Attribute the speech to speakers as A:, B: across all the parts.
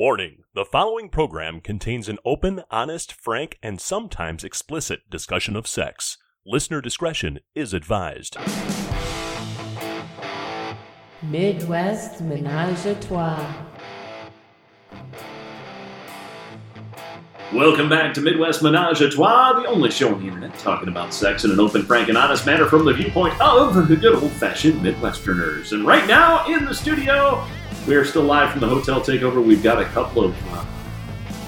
A: Warning the following program contains an open, honest, frank, and sometimes explicit discussion of sex. Listener discretion is advised.
B: Midwest Ménage à Trois.
C: Welcome back to Midwest Menage a Trois, the only show on the internet talking about sex in an open, frank, and honest manner from the viewpoint of the good old fashioned Midwesterners. And right now in the studio, we are still live from the hotel takeover. We've got a couple of uh,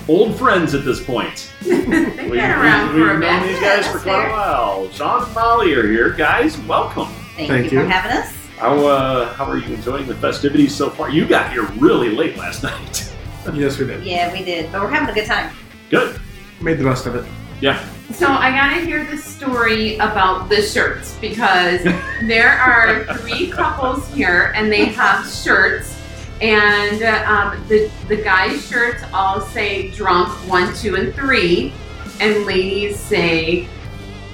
C: old friends at this point.
D: They've been around
C: we've
D: for a
C: known
D: bit.
C: these guys for
D: That's
C: quite a
D: fair.
C: while. Sean and Molly are here, guys. Welcome.
D: Thank,
E: Thank
D: you,
E: you.
D: for having us.
C: How uh, how are you enjoying the festivities so far? You got here really late last night.
E: Yes, we did.
D: Yeah, we did, but we're having a good time.
C: Good.
E: Made the best of it.
C: Yeah.
F: So I gotta hear the story about the shirts because there are three couples here and they have shirts, and um, the the guys' shirts all say drunk one, two, and three, and ladies say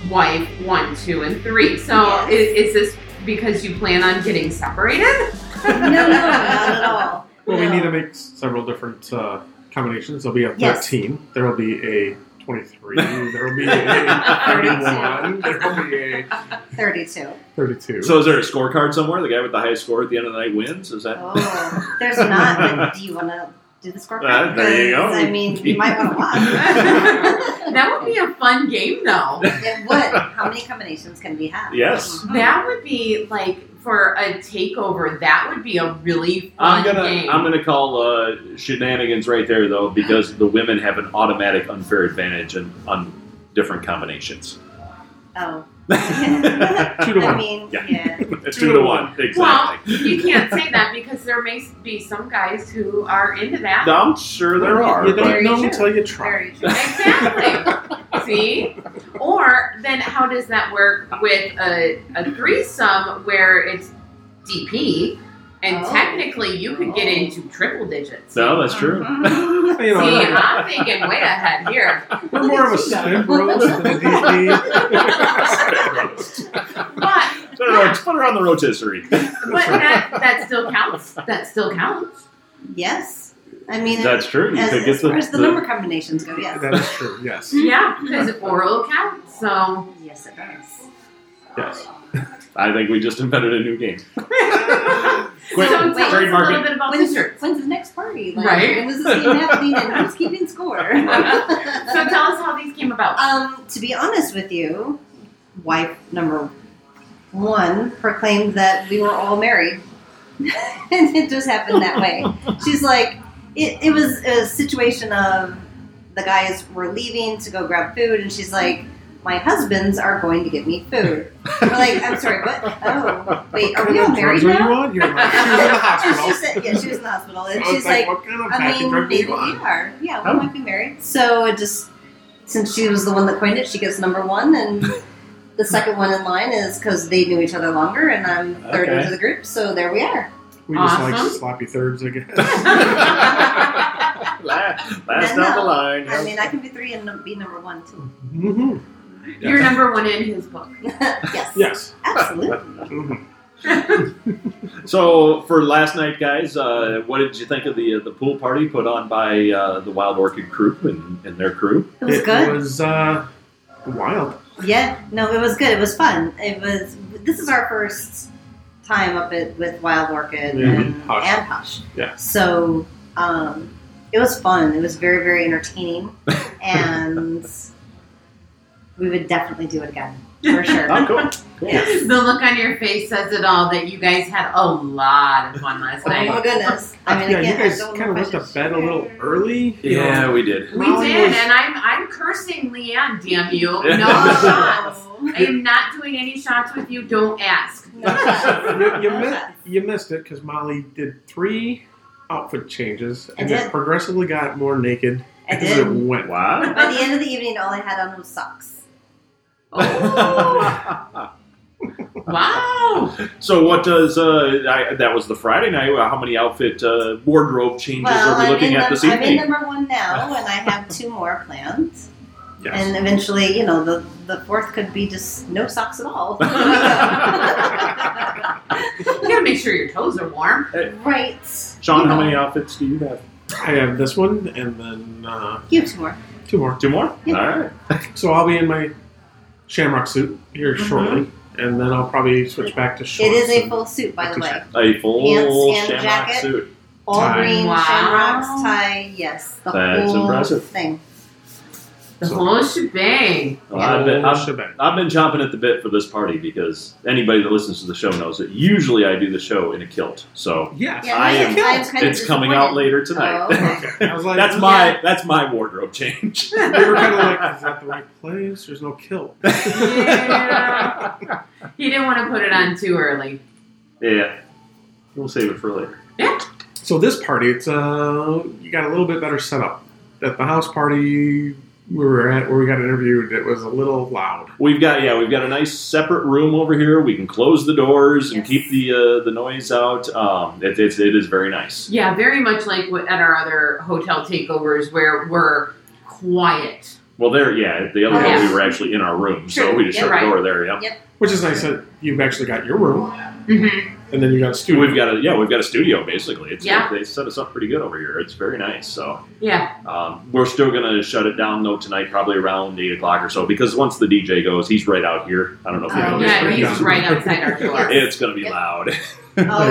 F: wife one, two, and three. So i is, this because you plan on getting separated?
D: No, no, not at all.
E: Well, we
D: No.
E: need to make s- several different uh, combinations. There'll be a
D: Yes.
E: 13. There will be a 23. There will be a 31. There will be a
D: 32.
E: 32.
C: So is there a scorecard somewhere? The guy with the highest score at the end of the night wins? Is that
D: Oh, there's not. but do you want to do the score?
C: Ah, there you go.
D: Because, I mean, you might want to watch.
F: That would be a fun game though.
D: it would. How many combinations can we have?
C: Yes.
F: That would be like for a takeover. That would be a really
C: I'm
F: fun
C: gonna
F: game.
C: I'm gonna call uh, shenanigans right there though because the women have an automatic unfair advantage in, on different combinations.
D: Oh.
E: Two to
D: I
E: one.
D: mean,
C: Yeah.
D: yeah.
C: It's two to one
F: well,
C: exactly.
F: you can't say that because there may be some guys who are into that.
C: I'm sure there are.
E: You
C: but-
E: don't
D: Very
E: know
D: true.
E: until you try.
D: Very true.
F: Exactly. See? Or then how does that work with a, a threesome where it's DP and
D: Oh.
F: technically you could get into triple digits?
C: No, that's true.
D: Mhm.
E: You
F: See,
E: know,
F: I'm thinking way ahead here.
E: we're more of a spin roast than a DD.
F: But
C: Put her, on, put her on the rotisserie.
F: but that, that still counts. That still counts.
D: Yes. I mean,
C: That's true. You
D: as,
C: could get
D: as
C: the,
D: far as the, number combinations go, yes.
E: that is true. Yes.
F: Yeah, because oral counts. So
D: Yes, it does.
E: Yes.
C: I think we just invented a new game. Quick,
F: so tell us a
C: trademark
F: little
C: it.
F: bit about the
D: When's,
F: shirts.
D: when's the next party? Like,
F: Right.
D: When was this game happening and who's keeping score?
F: So tell us how these came about.
D: um, to be honest with you, wife number one proclaimed that we were all married. and it just happened that way. She's like, it, it was a situation of the guys were leaving to go grab food, and she's like, my husbands are going to get me food. We're like, I'm sorry, what? Oh, wait, are
E: What
D: we all
E: kind of drugs were
D: married
E: you
D: now?
E: on? You were like, she was in the hospital.
D: She said, yeah, she was in the hospital.
E: I
D: And
E: was
D: she's like,
E: what kind of
D: I
E: package
D: mean,
E: drug were
D: maybe
E: you
D: we
E: on?
D: are. Yeah, we
C: Oh.
D: might be married. So it just since she was the one that coined it, she gets number one, and the second one in line is because they knew each other longer, and I'm third
C: Okay.
D: into the group. So there we are.
E: We just like
F: Awesome.
E: sloppy thirds, I guess.
C: La- Last,
D: No,
C: down the line.
D: uh, I mean, I can be three and num- be number one too.
E: hmm
F: You're number one in his book.
D: yes,
E: Yes.
D: absolutely.
E: Mhm.
C: So for last night, guys, uh, what did you think of the uh, the pool party put on by uh, the Wild Orchid crew and, and their crew?
D: It was good.
E: was uh, wild.
D: Yeah, no, it was good. It was fun. It was. This is our first time up at, with Wild Orchid
E: Mhm.
C: Mm-hmm.
D: and
E: Hush.
D: and Hush.
E: Yeah.
D: So um, it was fun. It was very very entertaining, and we would definitely do it again for
C: Oh,
D: sure.
C: cool. cool.
D: yes.
F: The look on your face says it all that you guys had a lot of fun last
D: Oh
F: night.
D: my goodness! I mean,
E: yeah,
D: again,
E: you guys
D: I don't know
E: kind of
D: if I
E: went to
D: should
E: bed a little
D: share.
E: early. you
C: Yeah,
E: know.
C: we did.
F: We
E: Molly
F: did,
E: was-
F: and I'm I'm cursing Leanne. Damn you! No
C: Yeah.
F: shots.
D: No.
F: I am not doing any shots with you. Don't ask.
D: No shots.
E: You, you,
D: No
E: mi-
D: shots.
E: you missed it because Molly did three outfit changes and
D: did.
E: then progressively got more naked
D: I
E: as it
D: did.
E: went.
C: Wow.
D: By the end of the evening, all I had on was socks.
F: Wow!
C: so what does uh, I, that was the Friday night? How many outfit uh, wardrobe changes
D: Well,
C: are we
D: I'm,
C: looking
D: in
C: at
D: num-
C: this
D: I'm in
C: evening?
D: number one now, and I have two more planned.
E: Yes.
D: And eventually, you know, the, the fourth could be just no socks at all.
F: You gotta make sure your toes are warm.
D: right.
C: Sean,
D: You
C: how
D: know,
C: many outfits do you have?
G: I have this one and then uh,
D: You have two more.
G: two more.
C: Two more?
D: Yeah.
C: All right.
G: So I'll be in my shamrock suit here shortly, and then I'll probably switch back to
D: Mm-hmm. It
G: shorts.
D: is a
G: and-
D: full suit, by the way.
C: A full
D: Pants and
C: shamrock
D: jacket.
C: suit.
D: All
G: Tie.
D: green
F: Wow.
D: shamrocks, tie, yes. The
C: That's
D: whole
C: impressive.
D: thing.
F: The
G: So-
F: whole shebang.
C: Well, I've, been,
G: Full
C: I've,
G: shebang.
C: I've been chomping at the bit for this party because anybody that listens to the show knows that usually I do the show in a kilt. So
G: Yes.
D: Yeah,
C: I
D: I
C: am-
D: am, I am kind of
C: it's coming out
D: disappointed.
C: later tonight.
D: Oh, okay.
G: I was like,
C: that's my that's my wardrobe change.
G: we were kind of like, is that the right place? There's no kill.
F: Yeah. he didn't want to put it on too early.
C: yeah, we'll save it for later.
G: So this party, it's uh, you got a little bit better setup. At the house party we were at, where we got interviewed, it was a little loud.
C: We've got yeah, we've got a nice separate room over here. We can close the doors and
D: Yes.
C: keep the uh, the noise out. Um, it, it's it is very nice.
F: Yeah, very much like what, at our other hotel takeovers where we're quiet.
C: Well, there yeah, the other
D: Oh,
C: day
F: yeah.
C: we were actually in our room, so
F: True.
C: we just
F: Yeah,
C: shut
F: right.
C: the door there. Yeah,
D: Yeah.
G: Which is nice that you've actually got your room,
F: Mm-hmm.
G: and then you got a studio.
C: we've got a yeah, we've got a studio basically. It's
F: Yeah.
C: they set us up pretty good over here. It's very nice. So.
F: Yeah.
C: Um, we're still going to shut it down though tonight, probably around eight o'clock or so, because once the DJ goes, he's right out here. I don't know if you
D: Oh,
C: know
G: yeah,
C: this.
F: yeah,
C: but
G: pretty
F: he's
G: dumb.
F: right outside our door.
C: It's going to be loud.
D: Oh,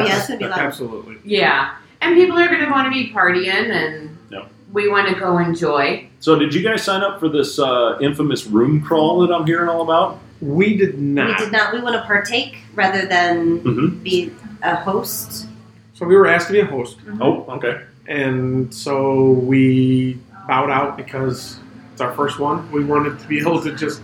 D: yeah, it's going to be loud.
G: Absolutely.
F: Yeah. And people are going to want to be partying and
C: Yep.
F: we want to go enjoy.
C: So, did you guys sign up for this uh, infamous room crawl that I'm hearing all about?
G: We did not.
D: We did not. We want to partake rather than
C: Mm-hmm.
D: be a host.
G: So we were asked to be a host,
D: Mm-hmm.
C: Oh, okay.
G: and so we bowed out because it's our first one. We wanted to be able to just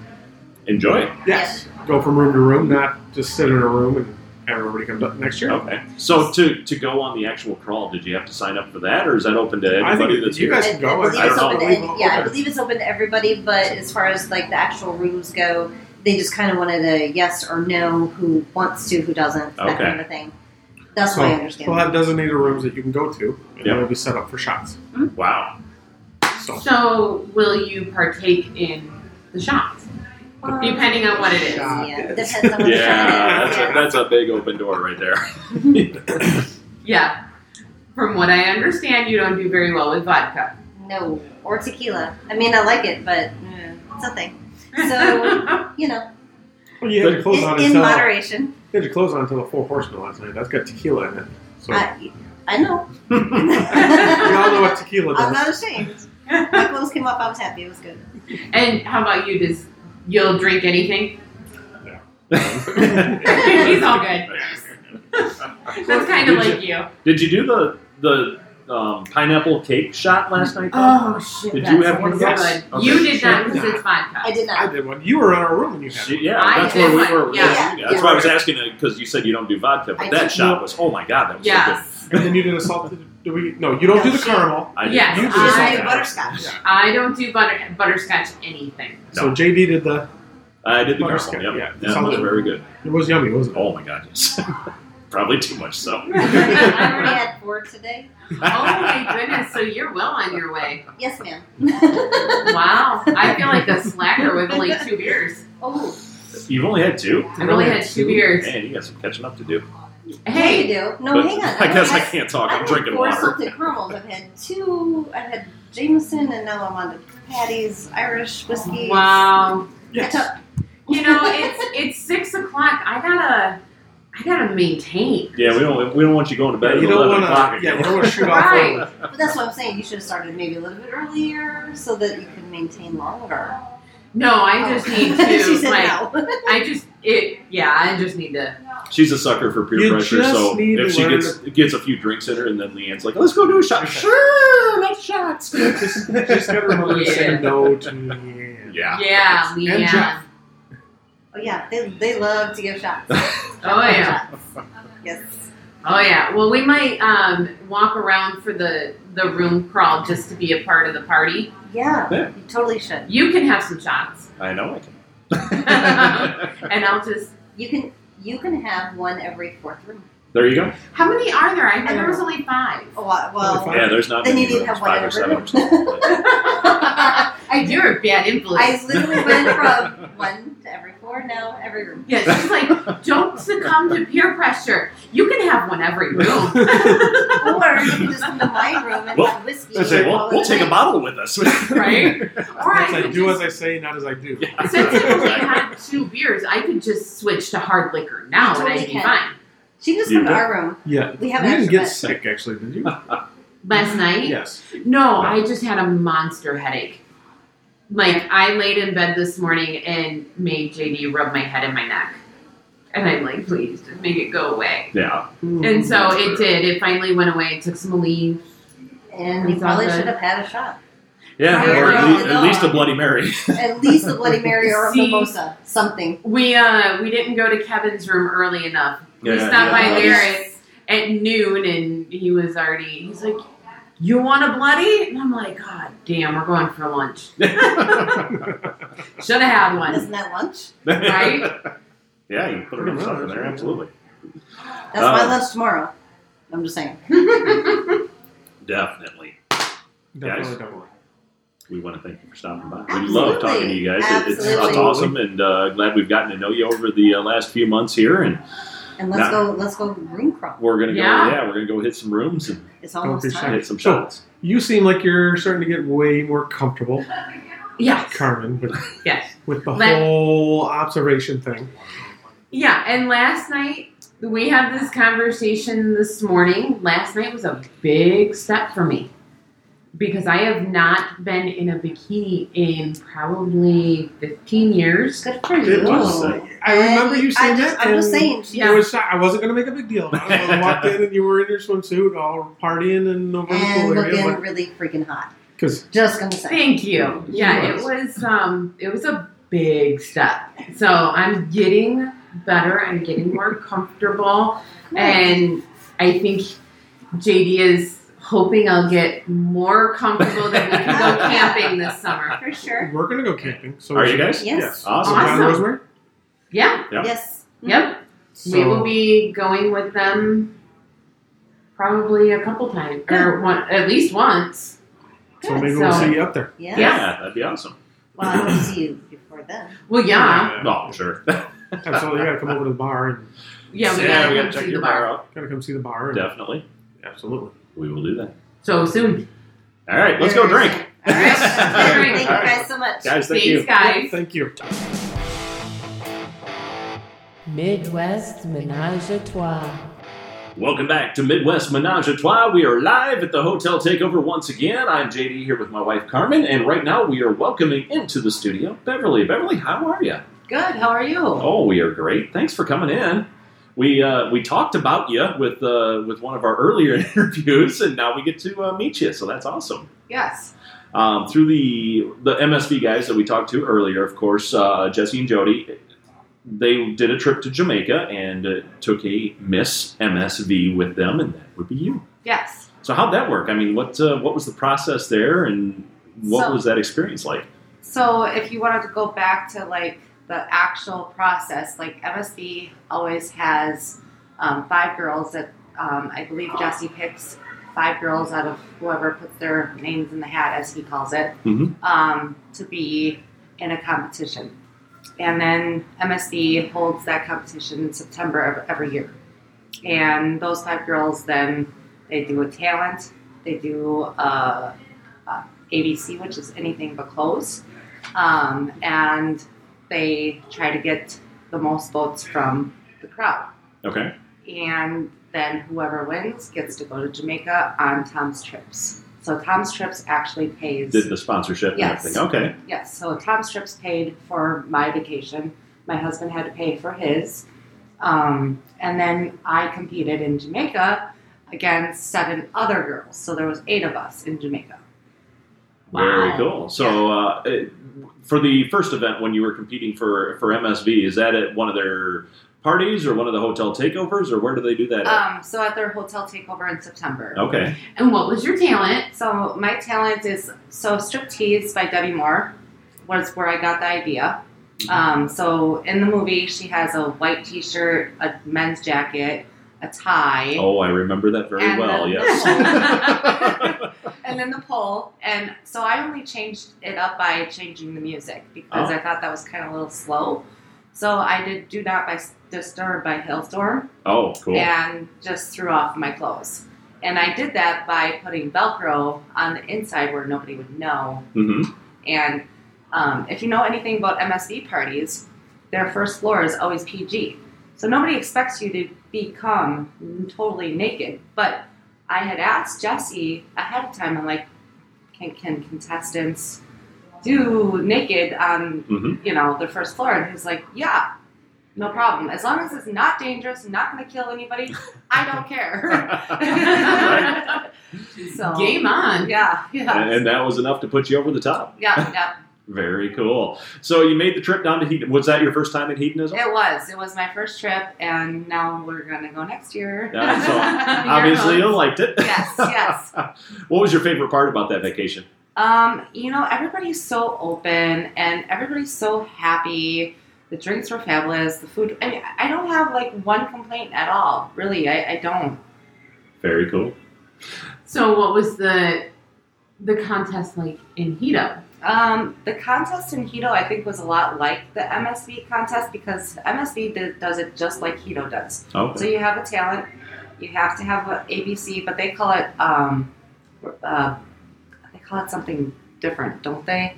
C: Enjoy. it.
G: yes, go from room to room, not just sit in a room and have everybody come up next year.
C: Okay. So, to to go on the actual crawl, did you have to sign up for that, or is that open to
G: I
C: everybody
G: think
C: that's
G: you
C: here?
G: guys
D: I,
G: can go.
D: I believe
C: I
D: it's
C: don't
D: open to
G: know.
D: any, yeah, I
G: Okay.
D: believe it's open to everybody. But as far as like the actual rooms go, they just kind of wanted a yes or no, who wants to, who doesn't, that
C: Okay.
D: kind of thing. That's
G: So
D: what I understand.
G: We'll have designated rooms that you can go to,
C: Yep.
G: and they'll be set up for shots.
D: Mm-hmm.
C: wow.
G: So
F: So, will you partake in the shots? Depending on what it is.
G: Shot.
D: yeah, depends on what the
C: Yeah,
D: shot is.
C: that's a,
D: yeah.
C: that's a big open door right there.
F: Yeah. From what I understand, you don't do very well with vodka.
D: No, or tequila. I mean, I like it, but mm, it's a thing. So- You know,
G: well, you had your clothes on
D: in, in
G: until you
D: moderation.
G: had your clothes on until the four horsemen last night. That's got tequila in it. So
D: I, I know.
G: we all know what tequila does.
D: I'm not ashamed. My clothes came up. I was happy. It was good.
F: and how about you? Does you'll drink anything? He's all good. That's kind of like you.
C: Did you do the the um, pineapple cake shot last night?
F: Oh shit!
C: Did
F: that
C: you have one of
F: sounds
C: those?
F: good.
C: Okay.
F: You did not
G: Sure.
F: because it's vodka.
D: I did
G: I
D: not.
G: did one. You were in our room when you had
C: She,
G: one.
C: yeah,
F: I
C: that's
F: did
C: where we
F: like-
C: were.
F: yeah.
C: that's
D: Yeah.
C: why I was asking because you said you don't do vodka, but
D: I
C: that
D: did.
C: shot was oh my god, that was so
F: Yes,
G: And then you did a salted. Do we? No, you don't
D: No,
G: do the
D: she-
G: caramel.
C: good. I did.
F: Yes,
C: You
D: She
C: did
F: I-
D: just
C: something.
D: did butterscotch.
G: Yeah.
F: I don't do butter butterscotch anything.
G: So JD did the.
C: I did the
G: Butterscotch,
C: caramel.
G: yeah.
C: Yep. that was
G: Something.
C: very good.
G: It was yummy, wasn't it?
C: Oh my god, yes. Probably too much so.
D: I already had four today.
F: Oh my goodness! So you're well on your way.
D: Yes, ma'am.
F: Wow! I feel like a slacker with only two beers.
D: oh,
C: You've only had two.
F: I've only had two beers.
C: Man, you got some catching up to do.
D: yeah, you
F: Hey,
D: do. No,
C: But
D: hang on.
C: I guess I
D: had-
C: can't talk. I'm
D: I've had
C: drinking
D: four
C: water.
D: salted caramels. I've had two. I've had Jameson, and now I'm on to Patty's Irish whiskey.
F: wow!
D: Catch up.
F: You know, it's it's six o'clock. I gotta I gotta maintain.
C: Yeah, we don't. We don't want you going to bed
G: Yeah,
C: at
G: you don't
C: eleven o'clock
G: want to.
C: again.
G: Yeah, you don't want to shoot off.
F: Right.
G: early.
D: But that's what I'm saying. You should have started maybe a little bit earlier so that you could maintain longer. Oh.
F: No, I just need to
D: she said
F: like
D: no.
F: I just it yeah, I just need to
C: She's a sucker for peer
G: You
C: pressure,
G: just
C: so
G: need
C: if
G: to
C: she
G: learn
C: gets gets a few drinks in her, and then Leanne's like, "Let's go do a shot." Sure, let's shots.
G: just, just gotta remember to say
F: Yeah.
G: no to me.
C: yeah.
F: Yeah,
D: uh,
G: And
F: Leanne.
G: Jeff.
D: Oh yeah, they, they love to give shots.
F: Oh yeah.
D: Yes.
F: Oh yeah. Well we might um walk around for the the room crawl just to be a part of the party.
D: Yeah,
C: Yeah.
D: you totally should.
F: You can have some shots.
C: I know I can.
F: and I'll just
D: You can you can have one every fourth room.
C: there you go.
F: how many are there? I thought there was only five.
D: Oh I- well,
G: Totally
C: Yeah, there's not
D: Then
C: many
D: you need to
C: rooms,
D: have
C: five
D: one in
C: or
D: a
C: seven
D: room.
C: or something.
D: I do.
F: You're a bad influence.
D: I literally went from one to every four. Now every room.
F: Yeah, she's like, don't succumb to peer pressure. You can have one every room.
D: Or you can just come to my room and
C: Well,
D: have whiskey.
C: I say,
D: and
C: well,
D: call it
C: we'll take a
D: night.
C: bottle with us.
F: right? Or I
E: It's like,
F: could
E: do as
F: just,
E: I say, not as I do.
C: Yeah.
F: since I've only had two beers, I could just switch to hard liquor now and I'd be
D: Totally can.
F: fine.
D: She can just
C: You
D: come to
C: do?
D: our room.
E: Yeah.
D: We have
E: you
D: an
E: didn't
D: extra
E: get
D: bed.
E: sick, actually, did you?
C: Mm-hmm.
F: Last night,
E: yes.
F: no, I just had a monster headache. Like I laid in bed this morning and made JD rub my head and my neck, and I'm like, please just make it go away.
C: yeah.
F: And so it did. It finally went away. It took some leave.
D: And we
F: It's all
D: probably
F: good.
D: should have had a shot.
C: Yeah,
F: Yeah.
C: or at least,
D: Yeah.
C: at least a Bloody Mary.
D: At least a Bloody Mary or a
F: See?
D: mimosa. Something.
F: We uh we didn't go to Kevin's room early enough. we
C: Yeah,
F: stopped by
C: yeah.
F: there at, at noon, and he was already. He's like, "You want a bloody?" And I'm like, "God damn, we're going for lunch. Should have had one,
D: Isn't that lunch?
F: right?"
C: Yeah, you can put it in something there, absolutely.
D: That's my
C: Oh.
D: lunch tomorrow. I'm just saying.
C: Definitely.
E: Definitely
C: Guys.
E: double it.
C: We want to thank you for stopping by. We love
D: Absolutely.
C: talking to you guys. It- It's, it's
D: Absolutely.
C: awesome, and uh, glad we've gotten to know you over the uh, last few months here. And
D: And let's
C: No.
D: go. Let's go room crawl.
C: we're gonna go,
F: Yeah.
C: yeah, we're gonna go hit some rooms and
D: It's
E: Don't be
D: almost time.
E: shy.
C: hit some
E: Sure.
C: shots.
E: You seem like you're starting to get way more comfortable,
F: Yes,
E: Carmen, with,
F: yes,
E: with the
F: Let-
E: whole observation thing.
F: yeah. And last night we had this conversation this morning. Last night was a big step for me because I have not been in a bikini in probably 15 years.
D: Good for
E: It
D: you.
C: was, uh,
E: I remember you saying
D: I just,
E: that.
D: I'm just
E: and
D: saying. She,
F: Yeah.
E: It was, I wasn't going to make a big deal. about it. I walked in and you were in your swimsuit, all partying in November
D: and
E: pool
D: looking
E: area.
D: really freaking hot.
E: Because
D: Just gonna say.
F: Thank you. Yeah, it was um it was a big step. So I'm getting better, I'm getting more comfortable and I think JD is hoping I'll get more comfortable that we can go camping this summer.
D: for sure.
E: we're going to go camping. So
C: Are you guys?
D: Yes.
E: So
C: Awesome.
E: John
F: Awesome.
E: Rosemary?
F: Yeah.
C: Yep.
D: Yes. Mm-hmm.
F: Yep. we
E: So-
F: will be going with them probably a couple times or one at least once.
E: So maybe we'll
F: So-
E: see you up there.
D: Yes.
C: Yeah. that'd be awesome.
D: Well, I want to see you before then.
F: Well, yeah.
C: No, I'm sure.
E: Absolutely. You got to come over to the bar and
F: Yeah, we
C: Yeah,
F: gotta
C: we
F: come
C: gotta check
F: see
C: your
F: the bar.
C: bar out.
E: got to come see the bar. And,
C: Definitely.
E: Absolutely.
C: We will do that.
F: So soon.
C: All right, let's go
D: Very
C: drink.
D: soon. All right. Thank you
C: All right.
D: guys so much.
C: Guys, thank
F: Thanks
C: you.
F: guys.
E: Thank you.
B: Midwest Menage a Trois.
C: Welcome back to Midwest Menage a Trois. We are live at the Hotel Takeover once again. I'm JD here with my wife Carmen, and right now we are welcoming into the studio Beverly. Beverly, how are you?
D: Good. How are you?
C: Oh, we are great. Thanks for coming in. We uh, we talked about you with uh, with one of our earlier interviews, and now we get to uh, meet you. So that's awesome.
D: Yes.
C: Um, through the the MSV guys that we talked to earlier, of course, uh, Jesse and Jody, they did a trip to Jamaica and uh, took a Miss MSV with them, and that would be you.
H: Yes.
C: So how'd that work? I mean, what uh, what was the process there, and what
H: So-
C: was that experience like?
H: So if you wanted to go back to like the actual process, like MSB always has um, five girls that um, I believe Jesse picks five girls out of whoever puts their names in the hat, as he calls it,
C: Mhm.
H: um, to be in a competition. And then MSD holds that competition in September of every year. And those five girls then they do a talent, they do uh, a ABC, which is anything but clothes. Um, and they try to get the most votes from the crowd.
C: Okay,
H: And then whoever wins gets to go to Jamaica on Tom's Trips. So Tom's Trips actually pays.
C: did the sponsorship
H: Yes.
C: and everything? Okay,
H: Yes, so Tom's Trips paid for my vacation. My husband had to pay for his. Um, and then I competed in Jamaica against seven other girls. So there was eight of us in Jamaica.
C: very cool. So uh, it- for the first event when you were competing for for MSV, is that at one of their parties or one of the hotel takeovers, or where do they do that? At?
H: Um, so at their hotel takeover in September.
C: Okay,
F: And what was your talent?
H: So my talent is so striptease by Debbie Moore was where I got the idea.
C: Mm-hmm.
H: Um, so in the movie, she has a white T-shirt, a men's jacket, a tie,
C: oh, I remember that very
H: And
C: well.
H: the-
C: yes.
H: and then the pole. And so I only changed it up by changing the music because
C: Oh.
H: I thought that was kind of a little slow. So I did "Do Not" by S- disturbed by hailstorm
C: Oh, cool.
H: and just threw off my clothes. And I did that by putting Velcro on the inside where nobody would know
C: Mm-hmm.
H: and um, if you know anything about MSD parties, their first floor is always PG. So nobody expects you to become totally naked. But I had asked Jesse ahead of time, I'm like, can, can contestants do naked on,
C: Mhm.
H: you know, the first floor? And he's like, yeah, no problem. As long as it's not dangerous, not going to kill anybody, I don't care.
C: Right.
H: so,
F: Game on.
H: Yeah, yeah,
C: And and that was enough to put you over the top.
H: yeah, yeah.
C: Very cool. So you made the trip down to Hedonism. Was that your first time in Hedonism?
H: It was. It was my first trip, and now we're gonna go next year.
C: Yeah, so
F: You're
C: Obviously, you
F: home.
C: liked it.
H: yes, yes.
C: What was your favorite part about that vacation?
H: Um, you know, everybody's so open and everybody's so happy. The drinks were fabulous. The food. I mean, I don't have like one complaint at all. Really, I, I don't.
C: Very cool.
F: So what was the the contest like in Hito?
H: Um, the contest in Hito, I think, was a lot like the MSV contest because MSV did, does it just like Hito does. So
C: Okay.
H: you have a talent, you have to have a ABC, but they call it um, uh, they call it something different, don't they?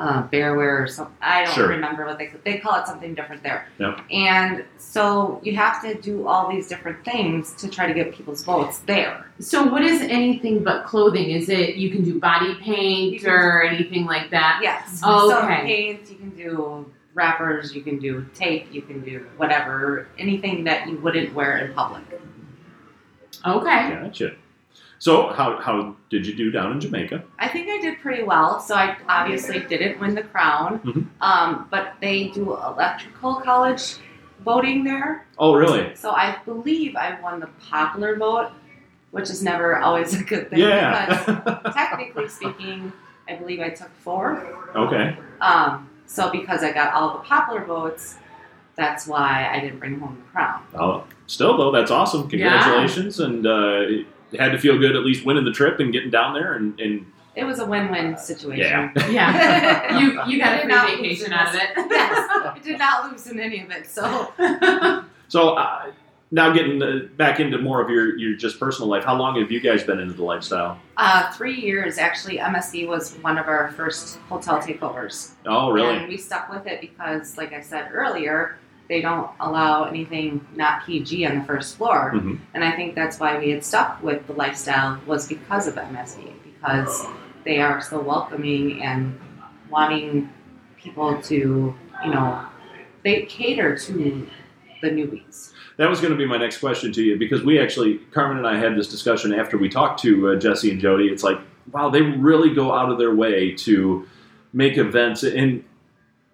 H: Uh, bearware or something. I don't
C: Sure.
H: remember what they they call it something different there.
C: Yep.
H: And so you have to do all these different things to try to get people's votes there.
F: So what is anything but clothing? Is it you can do body paint or anything like that?
H: Yes.
F: Oh,
H: So
F: okay.
H: paints, you can do wrappers, you can do tape, you can do whatever, anything that you wouldn't wear in public.
F: Okay.
C: Gotcha. So how, how did you do down in Jamaica?
H: I think I did pretty well. So I obviously didn't win the crown,
C: Mhm.
H: um, but they do electrical college voting there.
C: Oh, really?
H: So I believe I won the popular vote, which is never always a good thing.
C: Yeah.
H: Because technically speaking, I believe I took four.
C: okay.
H: Um, so because I got all the popular votes, that's why I didn't bring home the crown.
C: Well, still though, that's awesome. Congratulations, and uh, it had to feel good at least winning the trip and getting down there and, and
H: It was a win-win situation.
F: Yeah. You you got a
H: Not
F: free vacation out of it.
H: yes, I did not lose in any of it. So
C: So uh, now getting uh, back into more of your, your just personal life, how long have you guys been into the lifestyle?
H: Uh, three years, actually. MSC was one of our first hotel takeovers.
C: Oh, really?
H: And we stuck with it because, like I said earlier, they don't allow anything not PG on the first floor.
C: Mhm.
H: And I think that's why we had stuck with the lifestyle was because of MSC, because they are so welcoming and wanting people to, you know, they cater to the newbies.
C: That was going to be my next question to you because we actually, Carmen and I had this discussion after we talked to uh, Jesse and Jody. It's like, wow, they really go out of their way to make events and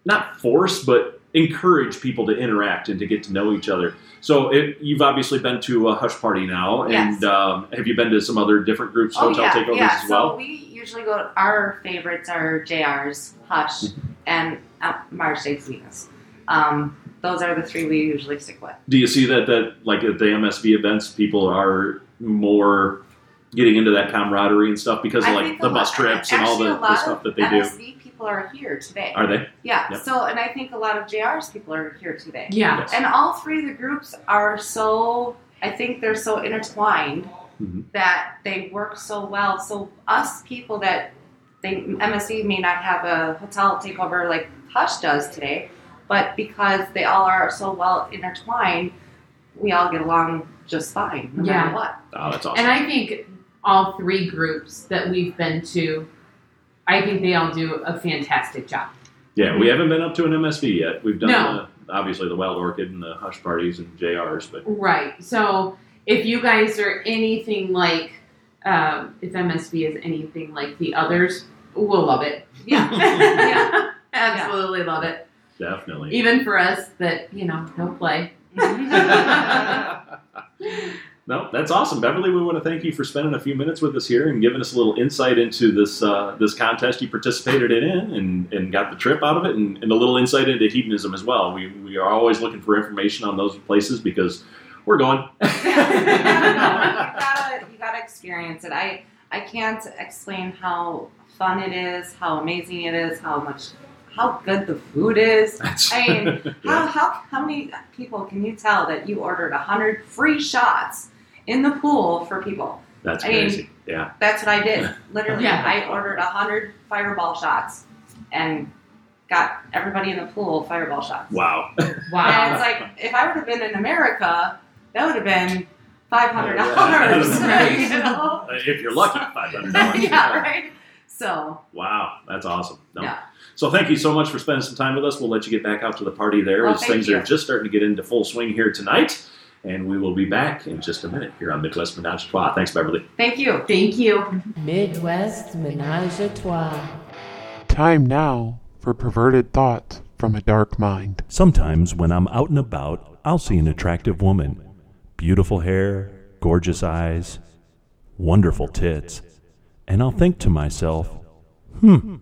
C: not force, but encourage people to interact and to get to know each other. So it, you've obviously been to a hush party now, and
H: Yes. Oh,
C: um, have you been to some other different groups, hotel takeovers
H: yeah.
C: as well?
H: So we usually go. Our favorites are JR's, Hush, and uh, Mars Shakes Venus. Um, those are the three we usually stick with.
C: Do you see that that like at the MSV events, people are more getting into that camaraderie and stuff because of
H: I
C: like
H: think
C: the
H: a
C: bus
H: lot-
C: trips and all
H: actually,
C: the,
H: a
C: the
H: lot
C: stuff
H: of
C: that they do?
H: MSV people are here today.
C: Are they?
H: yeah.
C: Yep.
H: So, and I think a lot of JR's people are here today.
F: Yeah.
H: And all three of the groups are so, I think they're so intertwined
C: Mhm.
H: that they work so well. So, us people that they, MSC may not have a hotel takeover like Hush does today, but because they all are so well intertwined, we all get along just fine, no
F: Yeah.
H: matter what.
C: Oh, that's awesome.
F: And I think all three groups that we've been to, I think they all do a fantastic job.
C: yeah,
H: Mm-hmm.
C: we haven't been up to an MSV yet. We've done
F: No.
C: the, obviously the Wild Orchid and the Hush parties and JRs, but
F: Right. So if you guys are anything like, um, if MSV is anything like the others, we'll love it.
H: Yeah. Yeah.
F: Absolutely love it.
C: definitely.
F: Even for us that, you know, don't play.
C: No, that's awesome, Beverly. We want to thank you for spending a few minutes with us here and giving us a little insight into this uh, this contest you participated in and, and got the trip out of it, and, and a little insight into hedonism as well. We we are always looking for information on those places because we're going.
H: Yeah. you gotta you gotta experience it. I I can't explain how fun it is, how amazing it is, how much how good the food is.
C: That's-
H: I mean, How, how, how many people can you tell that you ordered 100 free shots in the pool for people?
C: That's
H: I mean-
C: crazy. yeah.
H: That's what I did. Literally,
F: Yeah.
H: I ordered 100 fireball shots and got everybody in the pool fireball shots.
C: Wow.
F: Wow.
H: And it's like, if I would have been in America, that would have been
C: Oh,
H: $500.
C: Yeah.
H: you know?
C: if you're lucky, five hundred dollars.
H: yeah, right? So,
C: Wow, that's awesome. No.
H: Yeah.
C: So thank you so much for spending some time with us. We'll let you get back out to the party there
H: Oh,
C: as
H: thank
C: things
H: you.
C: are just starting to get into full swing here tonight. And we will be back in just a minute here on Midwest Menage a Trois. Thanks, Beverly.
H: thank you.
F: Thank you.
B: Midwest Menage a Trois.
I: Time now for perverted thought from a dark mind.
A: Sometimes when I'm out and about, I'll see an attractive woman. Beautiful hair, gorgeous eyes, wonderful tits. And I'll think to myself, hmm,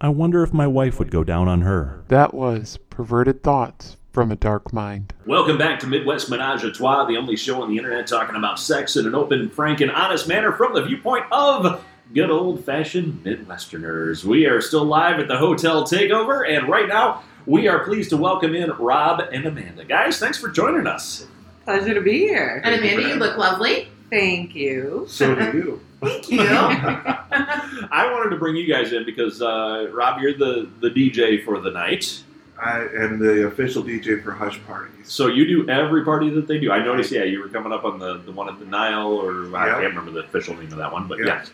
A: I wonder if my wife would go down on her.
I: That was perverted thoughts from a dark mind.
C: Welcome back to Midwest Menage a Trois, the only show on the internet talking about sex in an open, frank, and honest manner from the viewpoint of good old fashioned Midwesterners. We are still live at the Hotel Takeover, and right now we are pleased to welcome in Rob and Amanda. Guys, thanks for joining us.
H: Pleasure to be here.
F: And Amanda, you look lovely.
H: Thank you.
E: So do you.
F: Thank you.
C: I wanted to bring you guys in because uh, Rob, you're the, the DJ for the night,
E: I am the official DJ for Hush Parties.
C: so you do every party that they do. I noticed, yeah, you were coming up on the, the one at the Nile, or I
E: Yeah.
C: can't remember the official name of that one, but
E: Yeah.
C: yes.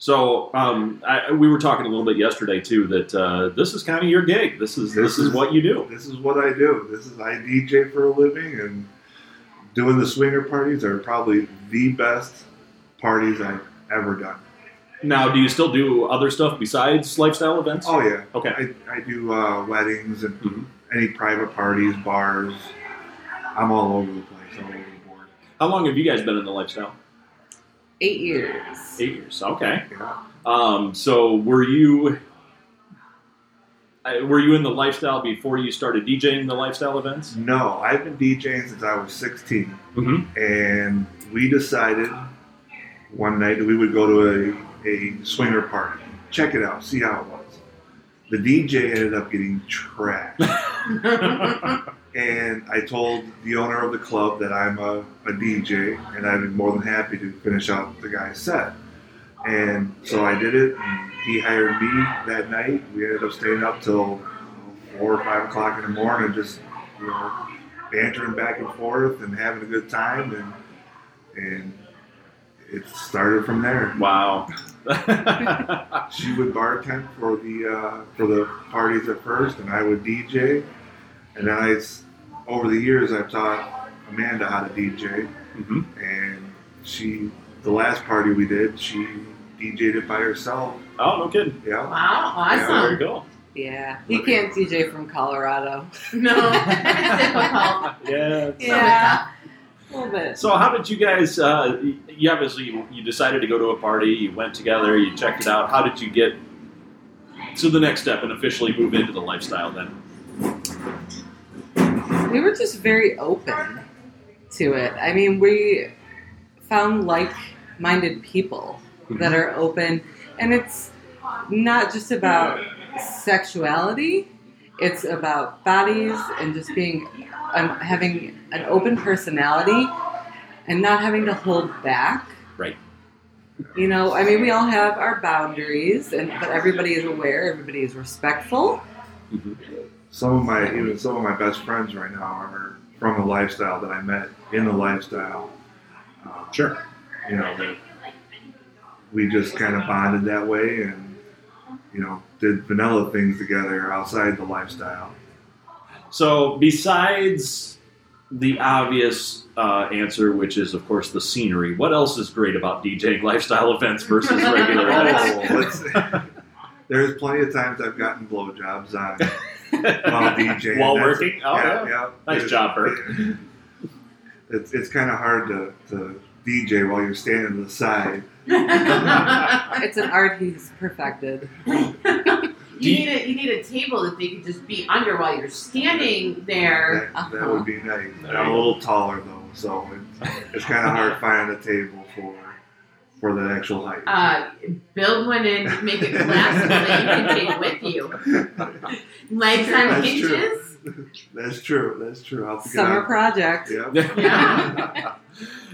C: So um, I, we were talking a little bit yesterday too that uh, this is kind of your gig. This is this,
E: This
C: is,
E: is-
C: what you do.
E: This is what I do. This is I DJ for a living, and doing the swinger parties are probably the best parties I've ever done.
C: Now, do you still do other stuff besides lifestyle events?
E: Oh yeah,
C: okay.
E: I, I do uh, weddings and
C: Mhm.
E: any private parties, bars. I'm all over the place, all over the board.
C: How long have you guys been in the lifestyle?
H: Eight years.
C: Eight years. Okay.
E: Yeah.
C: Um, so were you uh, were you in the lifestyle before you started DJing the lifestyle events?
E: No, I've been DJing since I was 16.
C: Mm-hmm.
E: and we decided one night that we would go to a, a swinger party. Check it out, see how it was. The DJ ended up getting trashed. and I told the owner of the club that I'm a, a DJ and I'd be more than happy to finish out the guy's set. And so I did it. And he hired me that night. We ended up staying up till four or five o'clock in the morning, just you know, bantering back and forth and having a good time, and and it started from there.
C: Wow.
E: She would bartend for the uh, for the parties at first, and I would DJ. And then I, s- over the years, I've taught Amanda how to DJ,
C: hmm
E: and she the last party we did, she DJ'd it by herself.
C: Oh, no kidding.
E: Yeah.
F: Wow,
C: There you
F: awesome.
C: go.
H: Yeah. You can't DJ from Colorado.
F: No, it's difficult.
C: Yeah.
H: Yeah. A little bit.
C: So how did you guys? Uh, you obviously you decided to go to a party. You went together. You checked it out. How did you get to the next step and officially move into the lifestyle? Then
J: we were just very open to it. I mean, we found like minded people that are open, and it's not just about sexuality, it's about bodies and just being um, having an open personality and not having to hold back.
C: Right.
J: You know, I mean, we all have our boundaries, and but everybody is aware, everybody is respectful.
E: Some of my even some of my best friends right now are from the lifestyle that I met in the lifestyle. Uh,
C: sure.
E: you know, that we just kind of bonded that way and, you know, did vanilla things together outside the lifestyle.
C: So besides the obvious uh, answer, which is of course the scenery, what else is great about DJing lifestyle events versus regular
E: Oh,
C: events?
E: let's, there's plenty of times I've gotten blowjobs on while DJing.
C: While
E: That's-
C: working? Oh, yeah. Nice
E: There's-
C: job, Burke.
E: It's, it's kind of hard to, to DJ while you're standing to the side.
J: It's an art he's perfected.
F: you need a you need a table that they could just be under while you're standing there.
E: That,
C: Uh-huh.
E: that would be nice. I'm a little taller, though, so it's, it's kind of hard finding a table for for that actual height.
F: Uh, build one in, make it last, so that you can take with you. Legs on
E: That's true.
F: hinges.
E: that's true. That's true. I'll figure
J: Summer
E: it
J: project.
E: out. Yeah.
F: Yeah.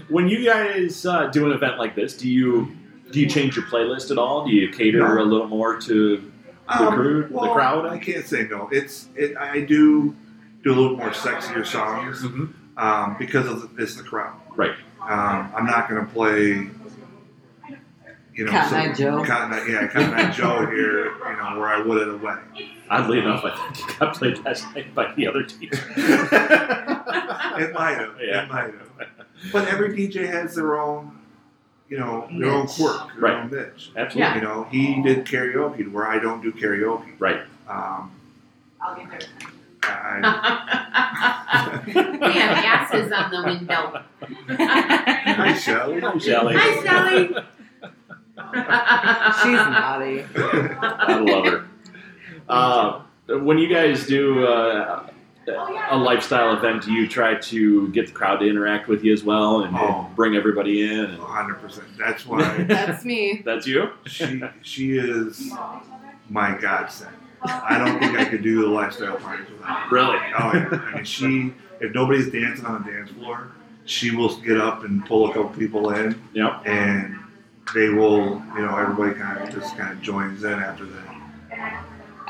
C: when you guys uh, do an event like this, do you do you change your playlist at all? Do you cater
E: No.
C: a little more to? The crew- the
E: Um, well,
C: crowd?
E: I can't say no. It's it, I do do a little more sexier songs
C: Mm-hmm.
E: um, because of the, it's the crowd.
C: Right.
E: Um, I'm not going to play. You know,
J: Cotton
E: some-
J: Eye Joe.
E: Cotton Eye, yeah, Cotton Eye Joe here. You know, where I would at a wedding.
C: Oddly enough, I think it got played last night by the other teacher.
E: it might have.
C: Yeah.
E: It might have. But every DJ has their own, you know, their own
J: Niche.
E: quirk, their
C: Right.
E: own niche.
C: Absolutely.
F: Yeah.
E: You know, he did karaoke where I don't do karaoke.
C: Right.
E: Um,
F: I'll get there.
E: I,
F: we have asses on the window.
E: I shall.
C: Hi, Sally.
F: Hi, Sally.
J: She's naughty.
C: I love her. Uh, when you guys do uh,
F: Oh,
C: a lifestyle event, do you try to get the crowd to interact with you as well and, and
E: Oh.
C: bring everybody in? And
E: 100%. That's why
J: That's me.
C: that's you?
E: she she is my godsend. I don't think I could do the lifestyle parties without her. Oh,
C: Really?
E: yeah. I mean, she, if nobody's dancing on the dance floor, she will get up and pull a couple people in.
C: Yep.
E: and they will, you know, everybody kind of just kind of joins in after that.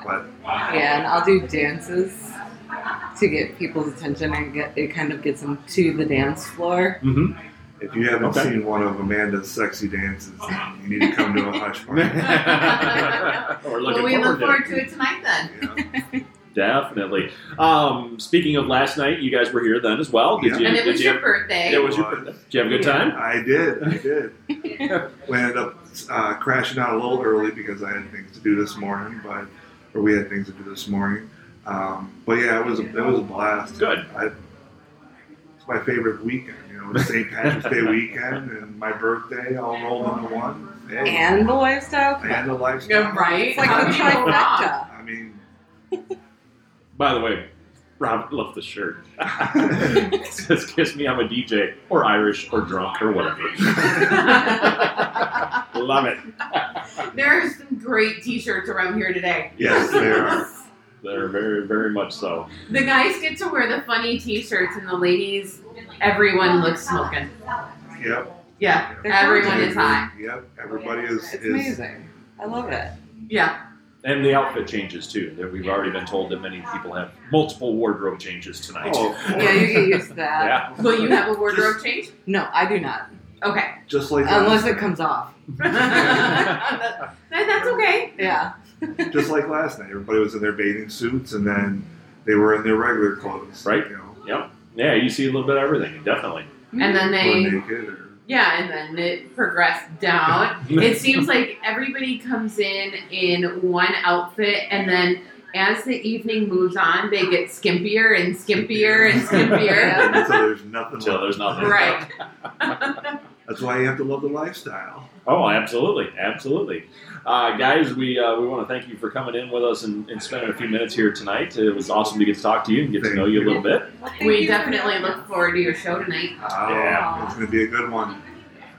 E: But
J: Yeah, and I'll do dances to get people's attention and get it kind of gets them to the dance floor.
C: hmm
E: if you haven't
C: Okay.
E: seen one of Amanda's sexy dances, you need to come to a hush party.
C: We're
F: well,
C: looking
F: we
C: forward
F: look
C: to it.
F: forward to it tonight then.
E: Yeah.
C: Definitely. Um, speaking of last night, you guys were here then as well. Did
E: Yeah.
C: you?
F: And it
C: did
F: was
C: you
F: your birthday.
C: it was your birthday. Did you have a good time?
E: I did, I did. we ended up uh, crashing out a little early because I had things to do this morning, but or we had things to do this morning. Um, but yeah, it was a, it was a blast.
C: Good.
E: I, it's my favorite weekend. You know, it was St. Patrick's Day weekend and my birthday all rolled into one. Hey,
J: And the lifestyle club.
E: and the lifestyle.
F: Yeah, right.
J: It's like the
F: How do you go wrong?
J: trifecta.
E: I mean,
C: By the way, Rob loved the shirt.
E: I
C: It says, "Kiss me, I'm a DJ, or Irish, or drunk, or whatever." Love it.
F: There are some great T-shirts around here today.
E: Yes, there are.
C: They're very, very much so.
F: The guys get to wear the funny T-shirts, and the ladies, everyone looks smoking.
E: Yep.
F: Yeah, everyone is hot.
E: Yep. Everybody is.
J: It's
E: is
J: amazing. I love it.
F: Yeah,
C: And the outfit changes too. That we've already been told that many people have multiple wardrobe changes tonight.
E: Oh,
J: Yeah, you get used to that.
C: yeah.
F: will you have a wardrobe change?
J: No, I do not.
F: Okay,
E: just like
J: Unless
E: last
J: it comes off.
F: That- that's okay.
J: Yeah.
E: night. Just like last night, everybody was in their bathing suits, and then they were in their regular clothes.
C: Right.
E: You know,
C: Yeah, you see a little bit of everything, definitely.
F: And then
E: or
F: they,
E: naked. Or,
F: yeah, and then it progressed down. it seems like everybody comes in in one outfit and then as the evening moves on they get skimpier and skimpier and skimpier
E: Until there's nothing.
C: Until
E: left.
C: there's nothing.
F: right
E: That's why you have to love the lifestyle.
C: Oh, absolutely, absolutely, uh, guys. We uh, we want to thank you for coming in with us and, and spending a few minutes here tonight. It was awesome to get to talk to you and get to know you a little bit.
F: we definitely look forward to your show tonight
E: Oh,
C: Yeah.
E: It's gonna be a good one.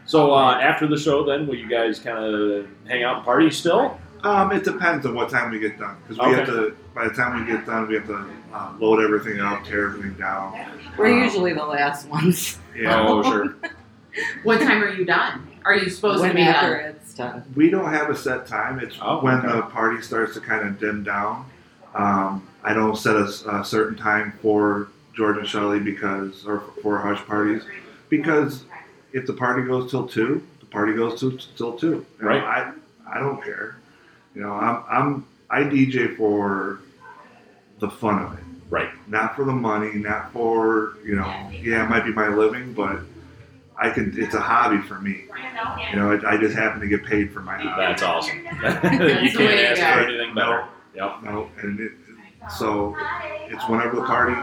C: So uh, after the show, then will you guys kind of hang out and party still?
E: Um, it depends on what time we get done because we have to. By the time we get done, we have to uh, load everything up, tear everything down. Um,
J: We're usually the last ones.
E: Yeah.
C: Oh, sure.
F: what time are you done are you supposed to be
J: Whenever
F: done
J: it's done.
E: We don't have a set time. It's
C: Oh,
E: when
C: okay.
E: the party starts to kind of dim down. Um, I don't set a, s- a certain time for George and Shelley because, or for hush parties, because if the party goes till two, the party goes till till two. You know,
C: Right.
E: I I don't care. You know, I'm I'm I DJ for the fun of it,
C: Right.
E: not for the money, not for you know. Yeah, it might be my living, but I can. It's a hobby for me. You know, I, I just happen to get paid for my hobby.
C: That's awesome. you
F: way
C: can't
F: to
C: ask
F: go.
C: for anything better. Yep.
E: No, and it, so it's whenever the party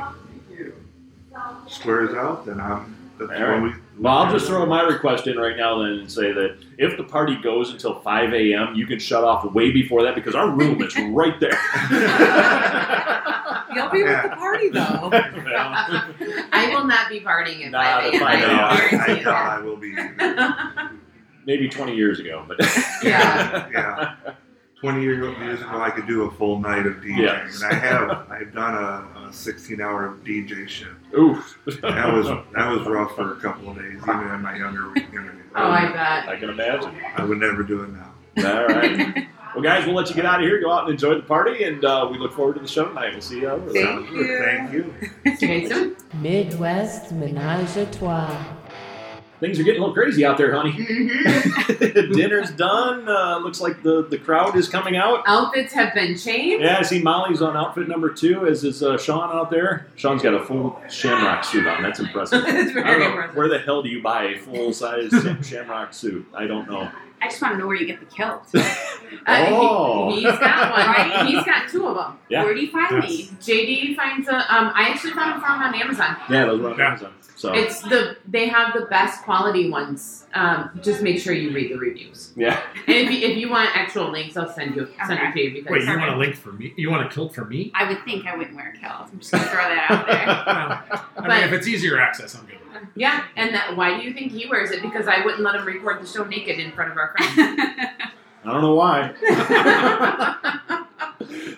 E: squares out, then I'm. That's
C: All right.
E: when we.
C: Well, I'll just throw my request in right now then and say that if the party goes until 5 a.m., you can shut off way before that because our room is right there.
J: You'll be with the party though.
C: Well,
F: i will not be partying at
C: Not
F: 5
C: at
F: a.m
E: I,
C: five
E: know,
F: I
E: I,
F: guarantee
E: I doubt
F: you
E: I
F: that.
E: will be. either.
C: maybe 20 years ago, but
F: Yeah.
E: yeah. Twenty year- years ago, I could do a full night of DJing,
C: Yes.
E: and I have. I've done a, a sixteen-hour DJ shift.
C: Oof.
E: That was that was rough for a couple of days, even in my younger younger days.
F: Oh, I bet.
C: I can imagine.
E: I would never do it now.
C: All right. Well, guys, we'll let you get out of here. Go out and enjoy the party, and uh, we look forward to the show tonight. We'll see you over there.
E: Sounds good.
J: you.
E: Thank you.
F: Okay, so-
B: Midwest Ménage à Trois.
C: Things are getting a little crazy out there, honey.
F: Mhm.
E: Mm-hmm.
C: Dinner's done. Uh, looks like the, the crowd is coming out.
F: Outfits have been changed.
C: Yeah, I see Molly's on outfit number two, as is uh, Sean out there. Sean's got a full shamrock suit on. That's impressive.
J: it's
C: I don't
J: very
C: know,
J: impressive.
C: Where the hell do you buy a full size shamrock suit? I don't know.
K: I just want to know where you get the kilt.
F: Uh, he-
C: Oh.
F: he's got one. Right? He's got two of them.
C: Yeah.
K: Where do you find
E: Yes.
K: me?
F: JD finds a. Um, I actually found them on Amazon.
C: Yeah, those were on Amazon. So
F: It's the they have the best quality ones. Um, just make sure you read the reviews.
C: yeah,
F: And if you, if you want actual links, I'll send you send it to you because
L: Wait, you want a link for me? You want a kilt for me?
K: I would think I wouldn't wear a kilt. I'm just going to throw that out there.
L: No. I mean,
F: But-
L: if it's easier access, I'm good. with it.
F: yeah. And that why do you think he wears it? Because I wouldn't let him record the show naked in front of our friends.
C: I don't know why.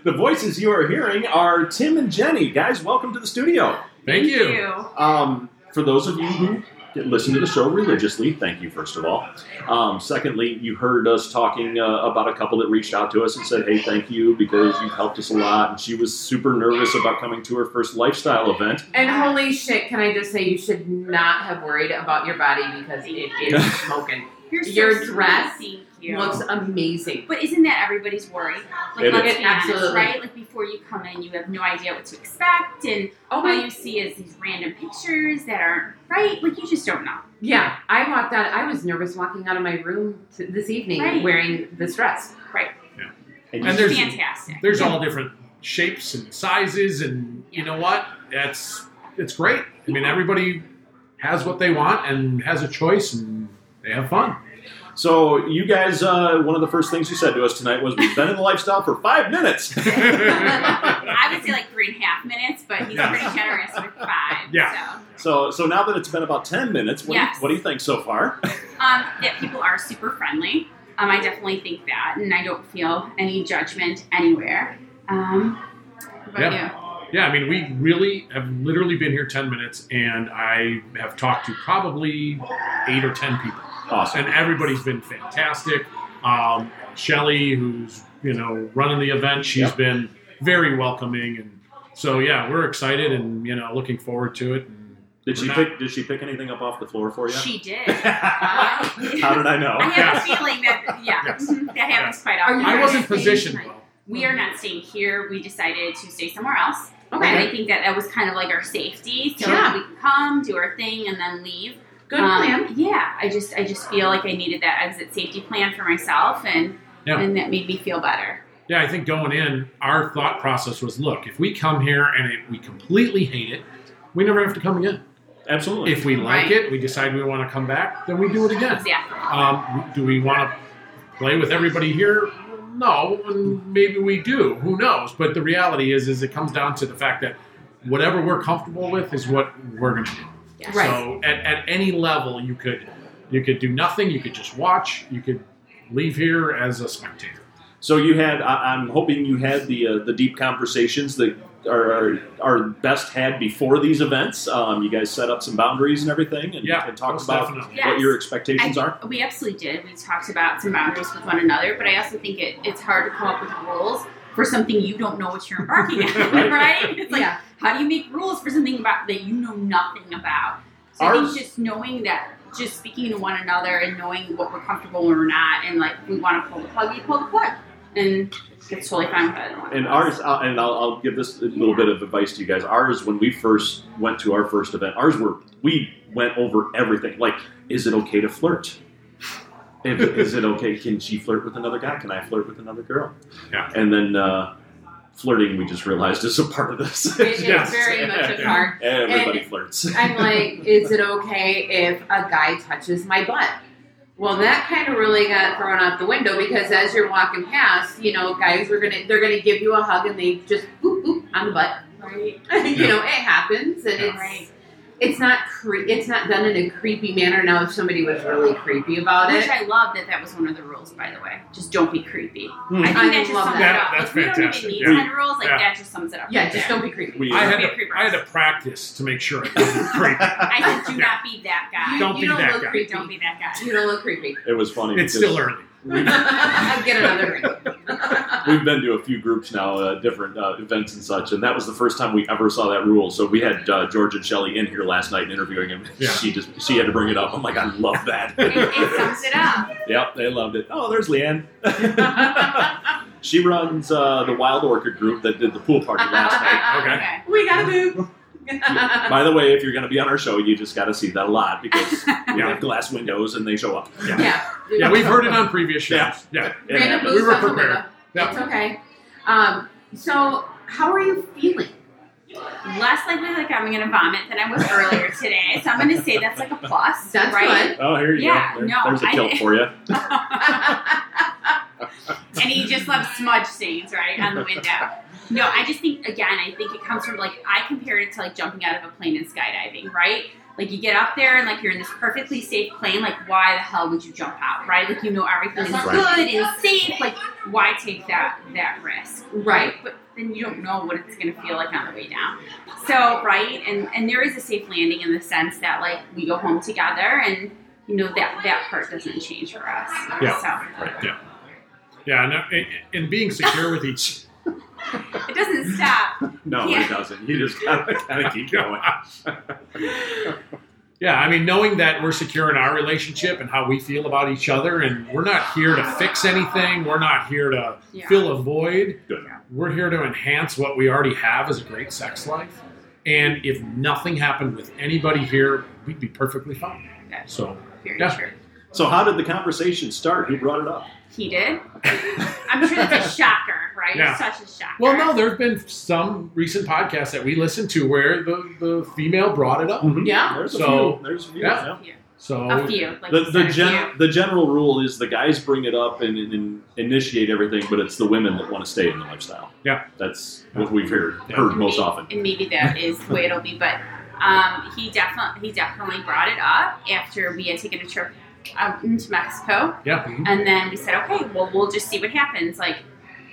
C: the voices you are hearing are Tim and Jenny. Guys, welcome to the studio.
L: Thank you.
C: Um, for those of you who listen to the show religiously, thank you, first of all. Um, secondly, you heard us talking uh, about a couple that reached out to us and said, hey, thank you because you've helped us a lot. And she was super nervous about coming to her first lifestyle event.
F: And holy shit, can I just say you should not have worried about your body because it is smoking.
K: You're, so
F: Your
K: sweet.
F: dress
K: Thank you.
F: Looks amazing.
K: But isn't that everybody's worry? Like,
C: It
K: let's
F: is.
K: be honest,
F: Absolutely.
K: right? Like, before you come in, you have no idea what to expect, and
F: Oh
K: all you see is these random pictures that aren't right. Like, you just don't know.
F: Yeah, I walked out. I was nervous walking out of my room t- this evening
K: Right.
F: wearing this dress.
C: And
L: And
C: you,
L: there's
K: Fantastic.
L: there's all different shapes and sizes, and you know what? That's it's great. I mean, everybody has what they want and has a choice, and they have fun.
C: so you guys, uh, one of the first things you said to us tonight was, we've been in the lifestyle for five minutes.
K: I would say like three and a half minutes, but he's
L: Yeah.
K: pretty generous with five.
L: Yeah.
C: So, so now that it's been about 10 minutes, what, do,
K: Yes.
C: you, what do you think so far?
K: So, um, that people are super friendly. Um, I definitely think that, and I don't feel any judgment anywhere. Um, what about
L: Yeah. Yeah, I mean, we really have literally been here ten minutes, and I have talked to probably eight or ten people.
C: Awesome.
L: and everybody's been fantastic. Um, Shelly, who's you know running the event, she's
C: Yep.
L: been very welcoming, and so yeah, we're excited and you know looking forward to it. And
C: Did she
L: we're
C: pick? Did she pick anything up off the floor for
K: you?
C: you?
K: She did.
C: How did I know?
K: I have a
L: Yes.
K: feeling that yeah,
L: Yes.
K: mhm, that happens quite
F: Are
K: often.
F: you
L: I wasn't
F: Everything
L: positioned
K: Right.
L: well.
K: We are not staying here. We decided to stay somewhere else. And
F: Okay,
K: I think that that was kind of like our safety, so
F: Yeah.
K: we could come, do our thing, and then leave.
F: good
K: Um,
F: plan.
K: Yeah, I just I just feel like I needed that exit safety plan for myself, and
L: Yeah.
K: and that made me feel better.
L: Yeah, I think going in, our thought process was: look, if we come here and it, we completely hate it, we never have to come again.
C: Absolutely.
L: If we like
F: Right.
L: it, we decide we want to come back, then we do it again.
K: Exactly.
L: Um, do we want to play with everybody here? No, and maybe we do. Who knows? But the reality is, is it comes down to the fact that whatever we're comfortable with is what we're going to do.
K: Yes.
F: Right.
L: So at, at any level, you could you could do nothing. You could just watch. You could leave here as a spectator.
C: so you had. I, I'm hoping you had the uh, the deep conversations that are, are are best had before these events. Um, you guys set up some boundaries and everything, and,
L: Yeah,
C: and talked
L: most
C: about
L: definitely.
K: Yes.
C: what your expectations are.
K: We absolutely did. We talked about some boundaries with one another, but I also think it, it's hard to come up with rules for something you don't know what you're embarking on,
C: Right.
K: right? It's like,
F: Yeah.
K: how do you make rules for something about that you know nothing about? So I
C: Ours-
K: think just knowing that, just speaking to one another and knowing what we're comfortable and we're not, and like we want to pull the plug, we pull the plug, and it's totally fine with either one.
C: And ours, I'll, and I'll, I'll give this a little bit of advice to you guys. Ours, when we first went to our first event, ours were we went over everything. Like, is it okay to flirt? If, is it okay? Can she flirt with another guy? Can I flirt with another girl?
L: Yeah.
C: And then uh, flirting, we just realized is a part of this.
F: It is
L: Yes.
F: very much a
L: Yeah.
F: part.
C: Everybody
F: And-
C: flirts.
F: I'm like, is it okay if a guy touches my butt? Well, that kind of really got thrown out the window because as you're walking past, you know, guys are gonna they're gonna give you a hug and they just boop boop on the butt.
K: Right.
F: you know, it happens and it's
K: Right.
F: it's not cre- it's not done in a creepy manner. Now, if somebody was really creepy about
K: Which
F: it,
K: I love that that was one of the rules, by the way. Just don't be creepy.
L: Hmm.
K: I think
F: I
K: that just
F: love
K: sums
L: that.
K: it up.
L: That's
K: like, we don't
L: fantastic,
K: even need
L: yeah.
K: ten rules. Like
L: Yeah.
K: that just sums it up.
F: yeah,
K: right
F: just
K: there.
F: don't be creepy.
L: We,
K: Don't
L: I had
K: be a
L: to
K: creeper.
L: I had to practice to make sure. I wasn't creepy.
K: I said, do
L: Yeah.
K: not be that guy.
F: You-
L: Don't
F: you
L: be
F: don't
L: that
F: look
L: guy.
F: creepy.
K: Don't be that guy.
F: You don't look creepy.
C: It was funny.
L: It's
C: because
L: still early.
C: we-
F: Get another ring.
C: We've been to a few groups now, uh, different uh, events and such, and that was the first time we ever saw that rule. So we had uh, George and Shelley in here last night and interviewing him.
L: Yeah.
C: She just she had to bring it up. I'm like, I love
K: It,
C: that.
K: it sums it up.
C: yep, they loved it. Oh, there's Leanne. she runs uh, the Wild Orchid group that did the pool party last night.
L: Okay.
K: okay.
F: we gotta move.
C: By the way, if you're going to be on our show, you just got to see that a lot because we have glass windows and they show up.
F: yeah.
L: Yeah, we've heard it on previous shows.
C: Yeah.
L: yeah.
C: It
F: Random
C: happens.
L: We
F: moves
L: were
F: out the
L: prepared.
F: window.
L: Yeah.
F: It's okay. Um, so, how are you feeling?
K: Less likely, like I'm going to vomit than I was earlier today. So I'm going to say that's like a plus.
F: That's
K: right.
C: Oh, here you
K: Yeah,
C: go. There-
K: no,
C: there's a
K: I-
C: tilt for you.
K: And he just loves smudge stains, right, on the window. No, I just think again, I think it comes from like I compared it to like jumping out of a plane and skydiving, right? Like you get up there and like you're in this perfectly safe plane, like why the hell would you jump out, right? Like you know everything is
C: Right.
K: good and safe, like why take that that risk?
F: Right.
K: But then you don't know what it's gonna feel like on the way down. So, right, and and there is a safe landing in the sense that like we go home together and you know that that part doesn't change for us.
L: Yeah.
K: So
L: Yeah, and, uh, and being secure with each.
K: it doesn't stop.
C: No,
K: Yeah.
C: it doesn't. You just got to kind of keep going.
L: Yeah, I mean, knowing that we're secure in our relationship and how we feel about each other, and we're not here to fix anything. We're not here to
K: Yeah.
L: fill a void.
C: Good.
L: We're here to enhance what we already have as a great sex life. And if nothing happened with anybody here, we'd be perfectly fine.
K: Yeah.
L: So,
K: Very
L: Yeah.
K: true.
C: So, how did the conversation start? Who brought it up?
K: He did. I'm sure that's a shocker, right?
L: Yeah.
K: Such a shocker.
L: well, no, there have been some recent podcasts that we listened to where the, the female brought it up.
F: Yeah.
C: Mm-hmm. There's a
L: So-
C: few. There's a few.
L: Yeah.
C: yeah.
L: So,
K: a few. Like
C: The, the,
K: you said, a few.
C: gen- the general rule is the guys bring it up and, and, and initiate everything, but it's the women that want to stay in the lifestyle.
L: Yeah.
C: That's what we've heard,
L: Yeah.
C: heard
K: And
C: most
K: maybe-
C: often.
K: And maybe that is the way it'll be, but um, he definitely he definitely brought it up after we had taken a trip out into Mexico,
L: yeah. mhm.
K: and then we said, okay, well, we'll just see what happens. Like,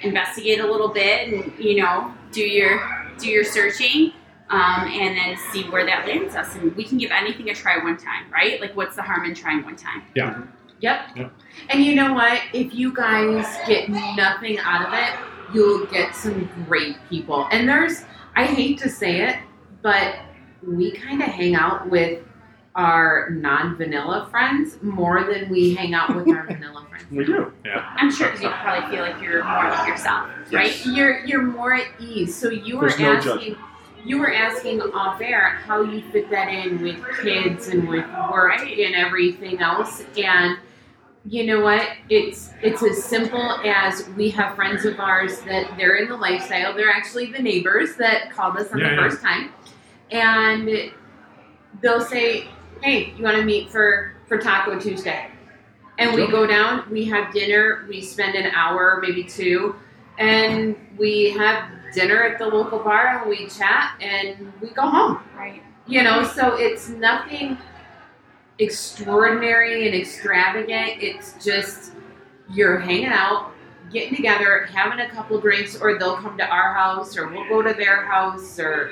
K: investigate a little bit, and you know, do your do your searching. Um, and then see where that lands us, and we can give anything a try one time, right? Like, what's the harm in trying one time?
F: Yep.
L: Yep.
F: And you know what? If you guys get nothing out of it, you'll get some great people. And there's, I hate to say it, but we kind of hang out with our non vanilla friends more than we hang out with our vanilla friends.
C: We do.
K: I'm sure because you probably feel like you're more like yourself, right?
C: Yes.
F: You're you're more at ease. So you were
C: There's no
F: asking you were asking off air how you fit that in with kids and with work and everything else. And you know what? It's it's as simple as we have friends of ours that they're in the lifestyle. They're actually the neighbors that called us on
L: Yeah,
F: the
L: yeah.
F: first time. And they'll say, Hey, you wanna meet for, for Taco Tuesday? And we
L: Sure.
F: go down, we have dinner, we spend an hour, maybe two, and we have dinner at the local bar and we chat and we go home.
K: Right.
F: You know, so it's nothing extraordinary and extravagant. It's just you're hanging out, getting together, having a couple drinks, or they'll come to our house or we'll go to their house or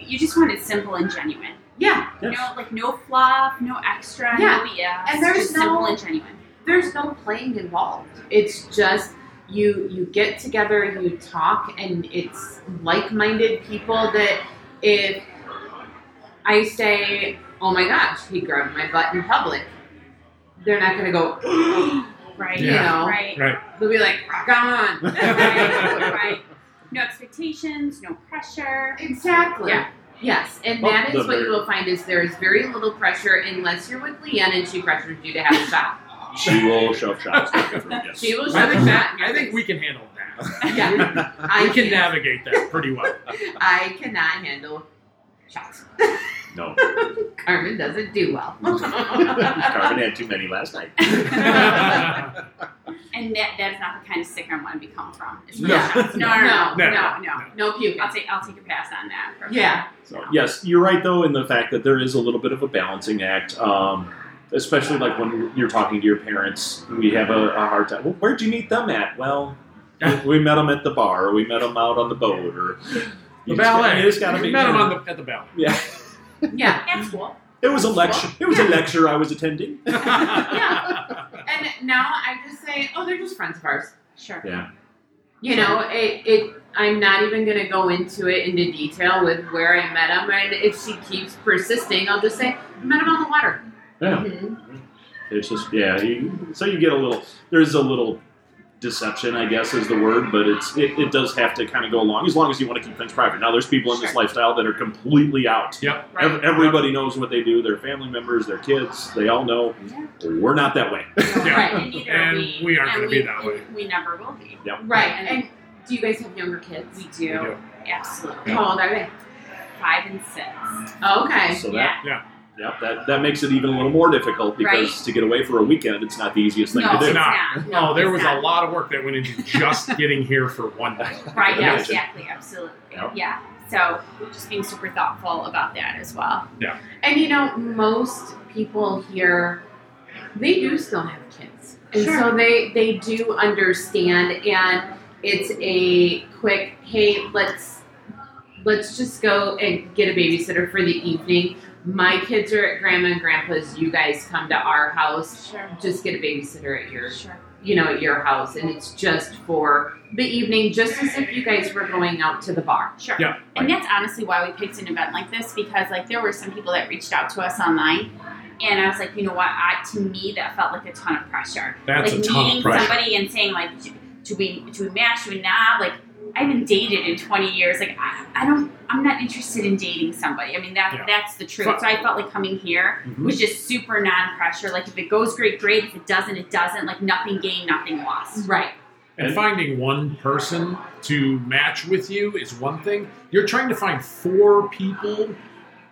K: You just want it simple and genuine.
F: yeah.
K: You
C: Yes.
K: know, like no fluff, no extra, no BS.
F: And there's
K: just
F: no-
K: simple and genuine.
F: There's no playing involved. It's just you you get together, you talk, and it's like-minded people that if I say, "Oh my gosh, he grabbed my butt in public," they're not going to go.
K: Right.
L: You
F: know.
K: Right.
L: Right.
F: They'll be like, rock on.
K: Right. right. No expectations, no pressure.
F: exactly.
K: Yeah.
F: Yes, and
C: Well,
F: that is
C: the
F: what
C: very-
F: you will find is there is very little pressure unless you're with Leanne and she pressures you to have a shot.
C: She will shove shots. back and forth, yes.
F: She will
L: I
F: shove a
L: think,
F: shot. in your
L: I think
F: face.
L: we can handle that.
F: Yeah. I
L: we can navigate that pretty well.
F: I cannot handle shots.
C: No.
F: Carmen doesn't do well.
C: Carmen had too many last night.
L: yeah.
K: And that that is not the kind of sick I want to be come from. It's
F: No.
K: not shots. No, no, no,
L: No.
K: no, no,
L: No.
F: no puke.
K: I'll take I'll take a pass on that.
F: Yeah.
C: So, yes, you're right though in the fact that there is a little bit of a balancing act, um, especially like when you're talking to your parents. We have a, a hard time. Well, where'd you meet them at? Well, we met them at the bar. Or we met them out on the boat, or
L: The
C: You just gotta-
L: ballet.
C: You just gotta
L: We
C: be
L: met him on the, at the ballet.
C: yeah.
K: Yeah, at school.
C: It was a lecture. It was a lecture I was attending.
F: yeah. And now I just say, oh, they're just friends of ours.
K: Sure.
C: Yeah.
F: You know, it, it. I'm not even going to go into it into detail with where I met him. And if she keeps persisting, I'll just say, I met him on the water.
C: Yeah. It's just yeah. You, so you get a little. There's a little deception, I guess, is the word, but it's it, it does have to kind of go along as long as you want to keep things private. Now, there's people in this lifestyle that are completely out.
L: Yep.
K: Right.
C: Ev- Everybody knows what they do. Their family members, their kids, they all know. We're not that way.
L: Yeah.
K: Right, and neither are
L: And
K: we.
L: we aren't
K: and
L: gonna
K: we-
L: be that way.
K: and We never will be.
F: Right.
K: And-
F: And do you guys have younger kids?
K: We
L: We
K: do.
L: do.
K: Absolutely.
F: How old are they?
K: Five and six.
F: Okay.
C: So
K: yeah.
C: that yep, that that makes it even a little more difficult because
K: Right.
C: to get away for a weekend, it's not the easiest thing
K: no,
C: to
L: it's
C: do.
L: not.
K: not.
L: No, there
K: it's
L: was
K: not.
L: a lot of work that went into just getting here for one night.
K: Right, yeah,
L: Imagine.
K: exactly, absolutely.
C: Yeah.
K: Yeah. So just being super thoughtful about that as well.
F: And you know, most people here, they do still have kids, and
K: Sure.
F: so they they do understand. And it's a quick, hey, let's let's just go and get a babysitter for the evening. My kids are at grandma and grandpa's. You guys come to our house.
K: Sure.
F: Just get a babysitter at your
K: Sure.
F: you know at your house, and it's just for the evening, just as if you guys were going out to the bar.
K: Sure.
L: Yeah,
K: And that's honestly why we picked an event like this because like there were some people that reached out to us online and I was like, you know what, I, to me that felt like a ton of pressure.
L: That's
K: like
L: a ton
K: meeting
L: of pressure.
K: somebody and saying like do, do we do we match, do we not? Like I haven't dated in twenty years. Like I, I don't I'm not interested in dating somebody. I mean that
L: Yeah.
K: that's the truth.
L: Fuck.
K: So I felt like coming here
L: Mhm.
K: was just super non pressure. Like if it goes great, great. If it doesn't, it doesn't. Like nothing gained, nothing lost.
F: Right.
L: And finding one person to match with you is one thing. You're trying to find four people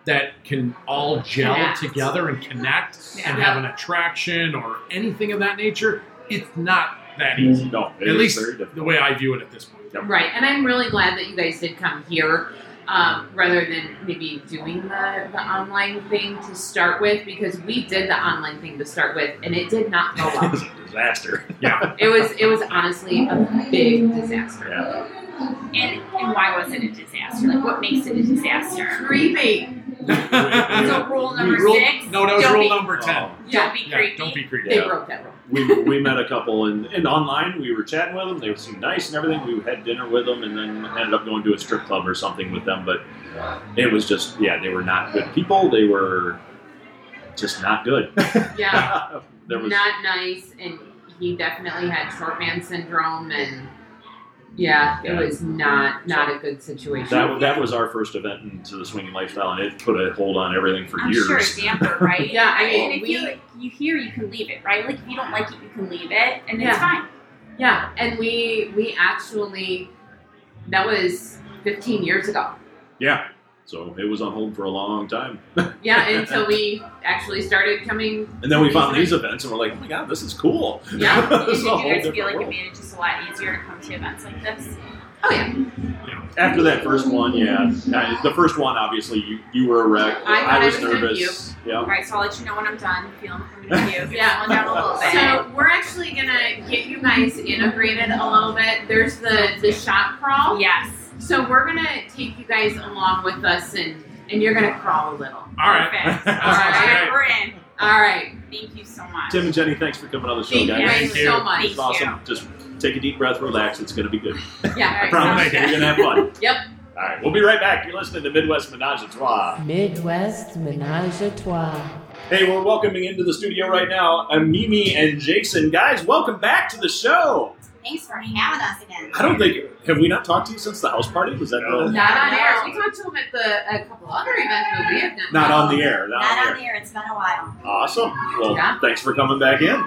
L: that can all gel
F: Connect.
L: together and connect
K: Yeah.
L: and have an attraction or anything of that nature. It's not that easy.
C: No, it
L: At
C: is
L: least
C: very difficult.
L: the way I view it at this point.
F: Right, and I'm really glad that you guys did come here um, rather than maybe doing the, the online thing to start with because we did the online thing to start with and it did not go
C: It
F: well.
C: was a disaster.
F: it was it was honestly a big disaster.
C: Yeah.
K: And and why was it a disaster? Like what makes it a disaster?
F: Creepy.
K: So rule number
L: Rule-
K: six.
L: No, that was
K: don't
L: rule
K: be,
L: number ten.
C: Oh.
K: Don't be
L: Yeah,
K: creepy.
L: don't be creepy.
F: They
C: Yeah.
F: broke that rule.
C: we, we met a couple and, and online we were chatting with them they seemed nice and everything we had dinner with them and then ended up going to a strip club or something with them but it was just yeah they were not good people they were just not good
F: Yeah.
C: there was
F: not nice and he definitely had short man syndrome and yeah,
C: Yeah.
F: it was not not a good situation.
C: that, wa- that was our first event into the swinging lifestyle and it put a hold on everything for
K: I'm
C: years
K: sure it's amber, right?
F: Yeah, I mean,
K: and if
F: we-
K: you you hear you can leave it, right? Like if you don't like it, you can leave it, and
F: Yeah.
K: it's fine.
F: Yeah, and we we actually that was 15 years ago.
C: yeah so it was on hold for a long time
F: Yeah, until we actually started coming.
C: and then we found these events and we're like oh my god this is cool
F: Yeah.
K: And
C: It's
K: did
C: a
K: you
C: whole
K: guys feel
C: different
K: like it
C: world.
K: made it just a lot easier to come to events like this?
F: Oh yeah,
C: After that first one, yeah, I- the first one, obviously, you, you were a wreck.
F: I thought I
C: was
F: was gonna
C: nervous.
K: All
C: Yeah,
K: right, so I'll let you know when I'm done. Feeling coming to you.
F: Yeah.
K: Feeling down a
C: Oh.
K: little bit.
F: so we're actually gonna get you guys integrated a little bit. There's the the shop crawl.
K: yes.
F: So we're gonna take you guys along with us, and and you're gonna crawl a little.
L: All right.
K: Perfect.
L: All
K: All right,
L: right.
K: we're in.
F: All right.
K: Thank you so much.
C: Tim and Jenny, thanks for coming on the show,
F: Thank you
C: guys.
F: guys
L: Thank you.
F: so much.
K: Thank
C: It's awesome.
K: you.
C: Just take a deep breath, relax. It's going to be good.
K: All
F: Yeah.
K: right,
C: Promise,
K: sounds
C: we're
K: good.
C: going to have fun.
F: Yep.
C: All right, we'll be right back. You're listening to Midwest Menage a Trois.
B: Midwest Menage a Trois.
C: Hey, we're welcoming into the studio right now uh, Mimi and Jason. Guys, welcome back to the show.
K: Thanks for having us again.
C: I don't think have we not talked to you since the house party? Was that the,
F: Not on
K: No.
F: air. We talked to him at the a couple other events, but we have not.
C: not on the air? Not, on the
K: air. It's been a while.
C: air. Awesome. Well,
F: Yeah.
C: thanks for coming back in.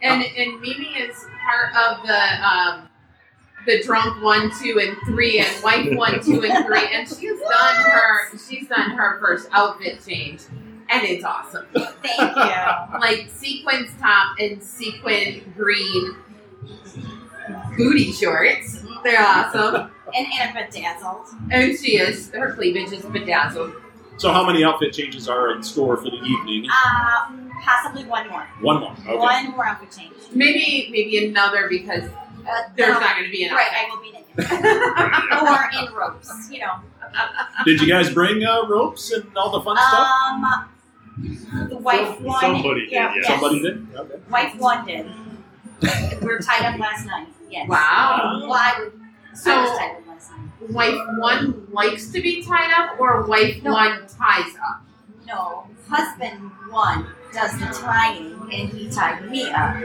F: And and Mimi is part of the um, the drunk one, two, and three, and wife one, two, and three, and she's done her she's done her first outfit change, and it's awesome.
K: Thank you.
F: Like sequins top and sequin green booty shorts They're awesome.
M: And Anna bedazzled.
F: And she is. Her cleavage is bedazzled.
C: So, how many outfit changes are in store for the evening?
M: Uh,
D: Um,
M: possibly one more.
C: One more. Okay.
M: One more outfit change.
F: Maybe maybe another because
M: Uh,
F: there's
M: no.
F: not going to be an
M: Right,
F: outfit.
M: I will be naked. or in ropes, you know.
C: Did you guys bring uh, ropes and all the fun stuff?
M: Um, the wife Uh, one.
C: Somebody did.
M: yeah,
C: yeah.
M: yes.
C: Somebody did. Okay.
M: Wife one did. we were tied up last night. Yes.
F: Wow.
M: Well, I would. I was
F: So
M: tied up last night.
F: wife one likes to be tied up, or wife
M: No.
F: one ties up.
M: No, husband one does the tying, and he tied me up.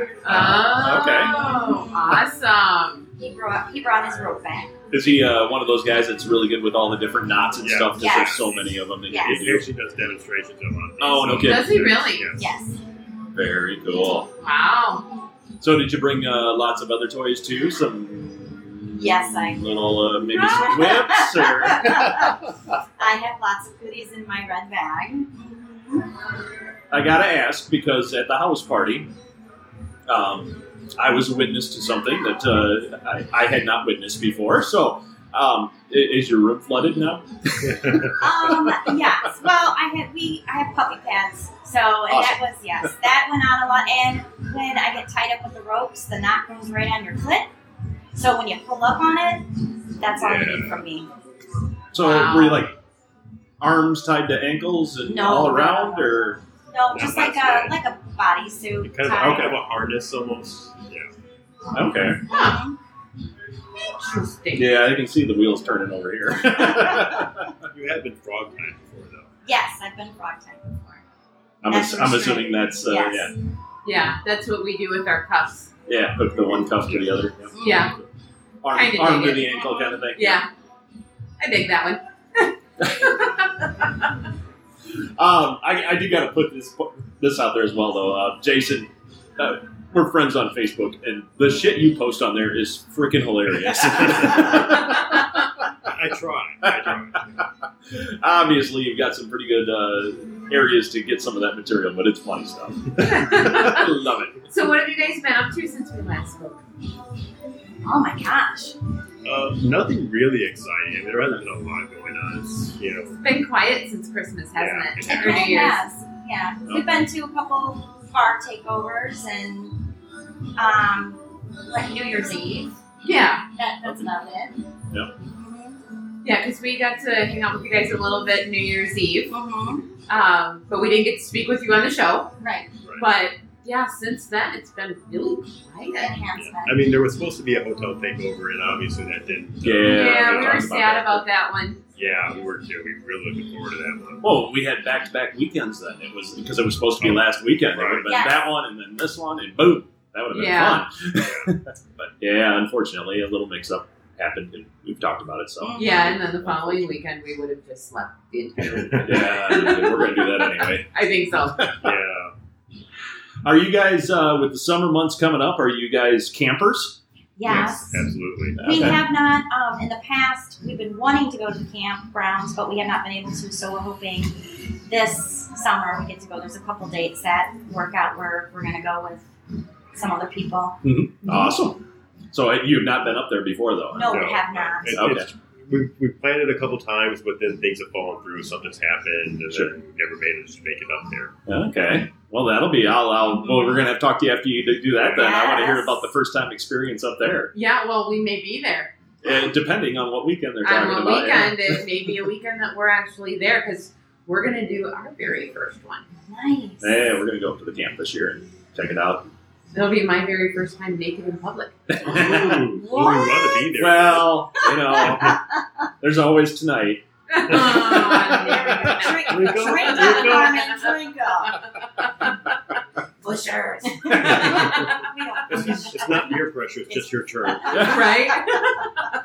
F: Oh, awesome.
M: He brought he brought his rope back.
C: Is he uh, one of those guys that's really good with all the different knots and
G: Yeah.
C: stuff? Because
M: Yes.
C: there's so many of them that
M: Yes.
C: you
G: He
C: can
G: actually does demonstrations of one of these.
C: Oh, no kidding.
F: Does he really?
G: Yes.
M: Yes.
C: do. Very cool.
F: Wow.
C: So, did you bring uh, lots of other toys too? Some
M: Yes, I-
C: little uh, maybe some whips or
M: I have lots of goodies in my red bag.
C: I gotta ask because at the house party, um, I was a witness to something that uh, I, I had not witnessed before. So, um, i- is your room flooded now?
M: Um, yes. Well, I had we I have puppy pads, so and that was yes. That went on a lot. And when I get tied up with the ropes, the knot goes right on your clit. So when you pull up on it, that's all you need from me.
C: So,
F: Wow.
C: were you like arms tied to ankles and
M: No.
C: all around, or
M: No, just like a
G: much,
M: like a bodysuit.
G: Kind of,
M: tie.
G: kind of a harness almost. Yeah.
C: okay?
M: Mhm.
F: Interesting.
C: Yeah, I can see the wheels turning over here.
G: You have been frog time before, though.
M: Yes, I've been frog tied before.
C: I'm,
M: That's
C: ass- I'm
M: right.
C: assuming that's uh,
M: yes.
F: Yeah, that's what we do with our cuffs.
C: yeah, yeah, hook the one cuff to the other,
M: Mm-hmm.
F: Yeah.
C: arm,
F: Kinda
C: arm
F: dig
C: to
F: it.
C: the ankle kind of thing.
F: Yeah. I dig that one.
C: Um, I, I do got to put this this out there as well, though. Uh, Jason, uh, we're friends on Facebook, and the shit you post on there is freaking hilarious.
G: I try. I try.
C: Obviously, you've got some pretty good uh, areas to get some of that material, but it's funny stuff. I love it.
F: So what have you guys been up to since we last spoke?
M: Oh my gosh.
G: Uh, nothing really exciting. I mean, there hasn't been a lot going on. It's, you know,
F: It's been quiet since Christmas, hasn't
G: Yeah.
F: it? Or New Year's.
M: Yes, yeah. We've been to a couple car takeovers and um, like New Year's Eve.
F: Yeah.
M: That, that's about it.
C: Yep.
F: Yeah, because we got to hang out with you guys a little bit New Year's Eve,
M: Mm-hmm.
F: um, but we didn't get to speak with you on the show.
M: Right.
F: But yeah, since then it's been really
M: Good
F: quiet.
M: hands, man.
G: I mean, there was supposed to be a hotel takeover, and obviously that didn't. uh,
C: Yeah,
F: Yeah,
G: we
F: we were
G: talked about
F: sad
G: that.
F: about that one.
G: Yeah, we were too. We were really looking forward to that one.
C: Well, Oh, we had back to back weekends then. It was because it was supposed to be last weekend. It would have been
M: Yes.
C: that one and then this one, and boom, that would have been
F: Yeah.
C: fun. but yeah, unfortunately, a little mix up happened, and we've talked about it. So
F: Yeah, and then the following weekend we would have just slept the entire week.
C: yeah, we're gonna do that anyway.
F: I think so.
G: yeah.
C: Are you guys uh, with the summer months coming up? Are you guys campers?
M: Yes.
G: Absolutely.
M: We
C: Okay.
M: have not, um, in the past, we've been wanting to go to the campgrounds, but we have not been able to. So we're hoping this summer we get to go. There's a couple dates that work out where we're going to go with some other people.
C: Mm-hmm. Awesome. So uh, you've not been up there before, though.
M: No, we have not.
G: It,
C: Okay.
G: it's, we, we planned it a couple times, but then things have fallen through. Something's happened, and
C: Sure.
G: then we never made it to make it up there.
C: Okay. Well, that'll be. I'll. I'll well, we're gonna have to talk to you after you do that. Then I want to hear
M: Yes.
C: about the first time experience up there,
F: Yeah, well, we may be there
C: uh, depending on what weekend they're
F: on
C: talking
F: one
C: about. yeah.
F: weekend. It may be a weekend that we're actually there because we're gonna do our very first one.
M: Nice.
C: Hey, we're gonna go up to the camp this year and check it out.
F: It'll be my very first time naked in public.
G: Ooh, well, we want to be there.
C: well, you know, there's always tonight.
F: Oh, there we go.
M: Drink,
G: Here we go. Here
M: drink
G: we
M: up,
G: go.
M: Carmen, drink up. Pushers. we don't
G: It's, just- it's not peer pressure; it's just your turn.
F: right?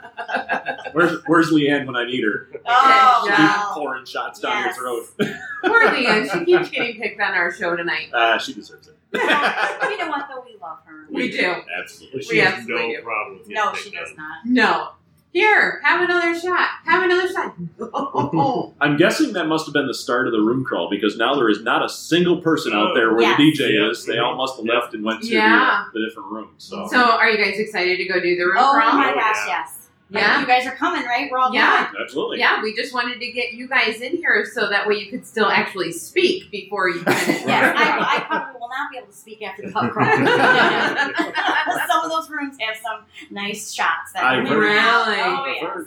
C: Where's Where's Leanne when I need her?
M: Oh,
C: She'll be
M: wow.
C: pouring shots down
M: Yes.
C: your throat.
M: Oh,
F: Poor Leanne. She keeps getting picked on our show tonight.
C: Uh, she deserves it.
M: Well, you know what, though? We love her.
F: We do.
G: Absolutely,
F: We
G: she has
F: absolutely
G: no
F: do.
G: problem. With
M: No,
G: getting
M: she
G: picked
M: does
G: on.
M: not.
F: No. Here, have another shot. Have another shot. No.
C: I'm guessing that must have been the start of the room crawl because now there is not a single person out there where
M: Yes.
C: the DJ
G: Yeah.
C: is. They all must have left and went to uh,
F: Yeah.
C: the, the different rooms. So,
F: So, are you guys excited to go do the room
M: Oh
F: crawl?
M: my
G: Oh,
M: gosh,
G: yeah.
M: yes.
N: Like,
F: Yeah.
N: you guys are coming, right? We're all
F: Yeah.
N: going.
C: Absolutely.
F: Yeah, we just wanted to get you guys in here so that way you could still actually speak before you kind of.
N: Yes, I, I probably will not be able to speak after the pub crawl. some of those rooms have some nice shots. That
C: I
N: we-
C: heard.
N: Oh,
C: I've
N: yes.
C: heard.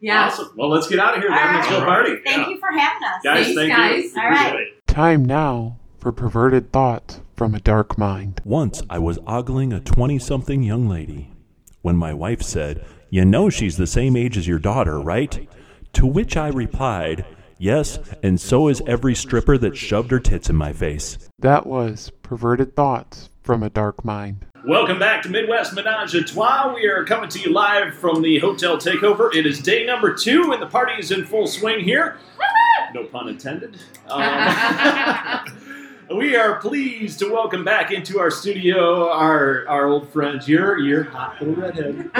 F: Yeah.
C: Awesome. Well, let's get out of here then.
N: All
C: Let's go
N: right.
C: party.
N: Thank you for having us.
C: Guys, Thanks, thank you. guys.
N: All right.
I: Time now for perverted thought from a dark mind.
O: Once I was ogling a 20 something young lady when my wife said, You know she's the same age as your daughter, right? To which I replied, Yes, and so is every stripper that shoved her tits in my face.
I: That was perverted thoughts from a dark mind.
C: Welcome back to Midwest Menage a Trois. We are coming to you live from the Hotel Takeover. It is day number two, and the party is in full swing here. No pun intended. Um, we are pleased to welcome back into our studio our our old friend, your, your hot little redhead,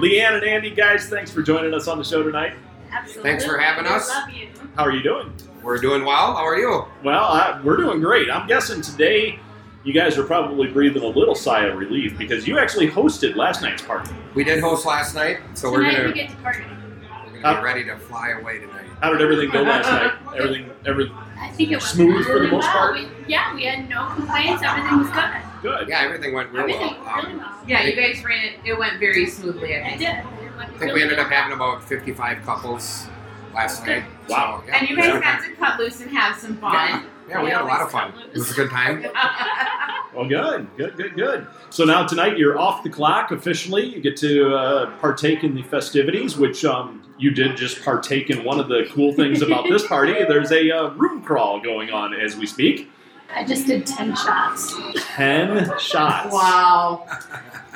C: Leanne and Andy. Guys, thanks for joining us on the show tonight.
N: Absolutely.
P: Thanks for having
N: We
P: us.
N: Love you.
C: How are you doing?
P: We're doing well. How are you?
C: Well, I, we're doing great. I'm guessing today you guys are probably breathing a little sigh of relief because you actually hosted last night's party.
P: We did host last night, so we're
N: Tonight
P: gonna,
N: we get to party.
P: we're gonna be ready to fly away tonight.
C: How did everything Uh, go last night? Everything, every
N: I think it was
C: Smooth for the most
N: well.
C: part?
N: We, yeah, we had no complaints. Everything was good.
C: Good.
P: Yeah, everything went real
N: Everything
P: well.
N: was really
P: Um,
N: well.
F: Yeah, you guys ran it. It went very smoothly. I
N: It
F: think.
N: did.
P: I think we ended up having about 55 couples last night. Wow. yeah,
F: And you
P: we
F: guys
P: had a
F: got
P: good-
F: to cut loose and have some fun.
P: yeah, we had a lot of fun. It was a good time.
C: Well, good, good, good, good. So now tonight you're off the clock officially. You get to uh, partake in the festivities, which um, you did just partake in. One of the cool things about this party, there's a uh, room crawl going on as we speak.
N: I just did ten shots.
C: Ten shots.
F: Wow.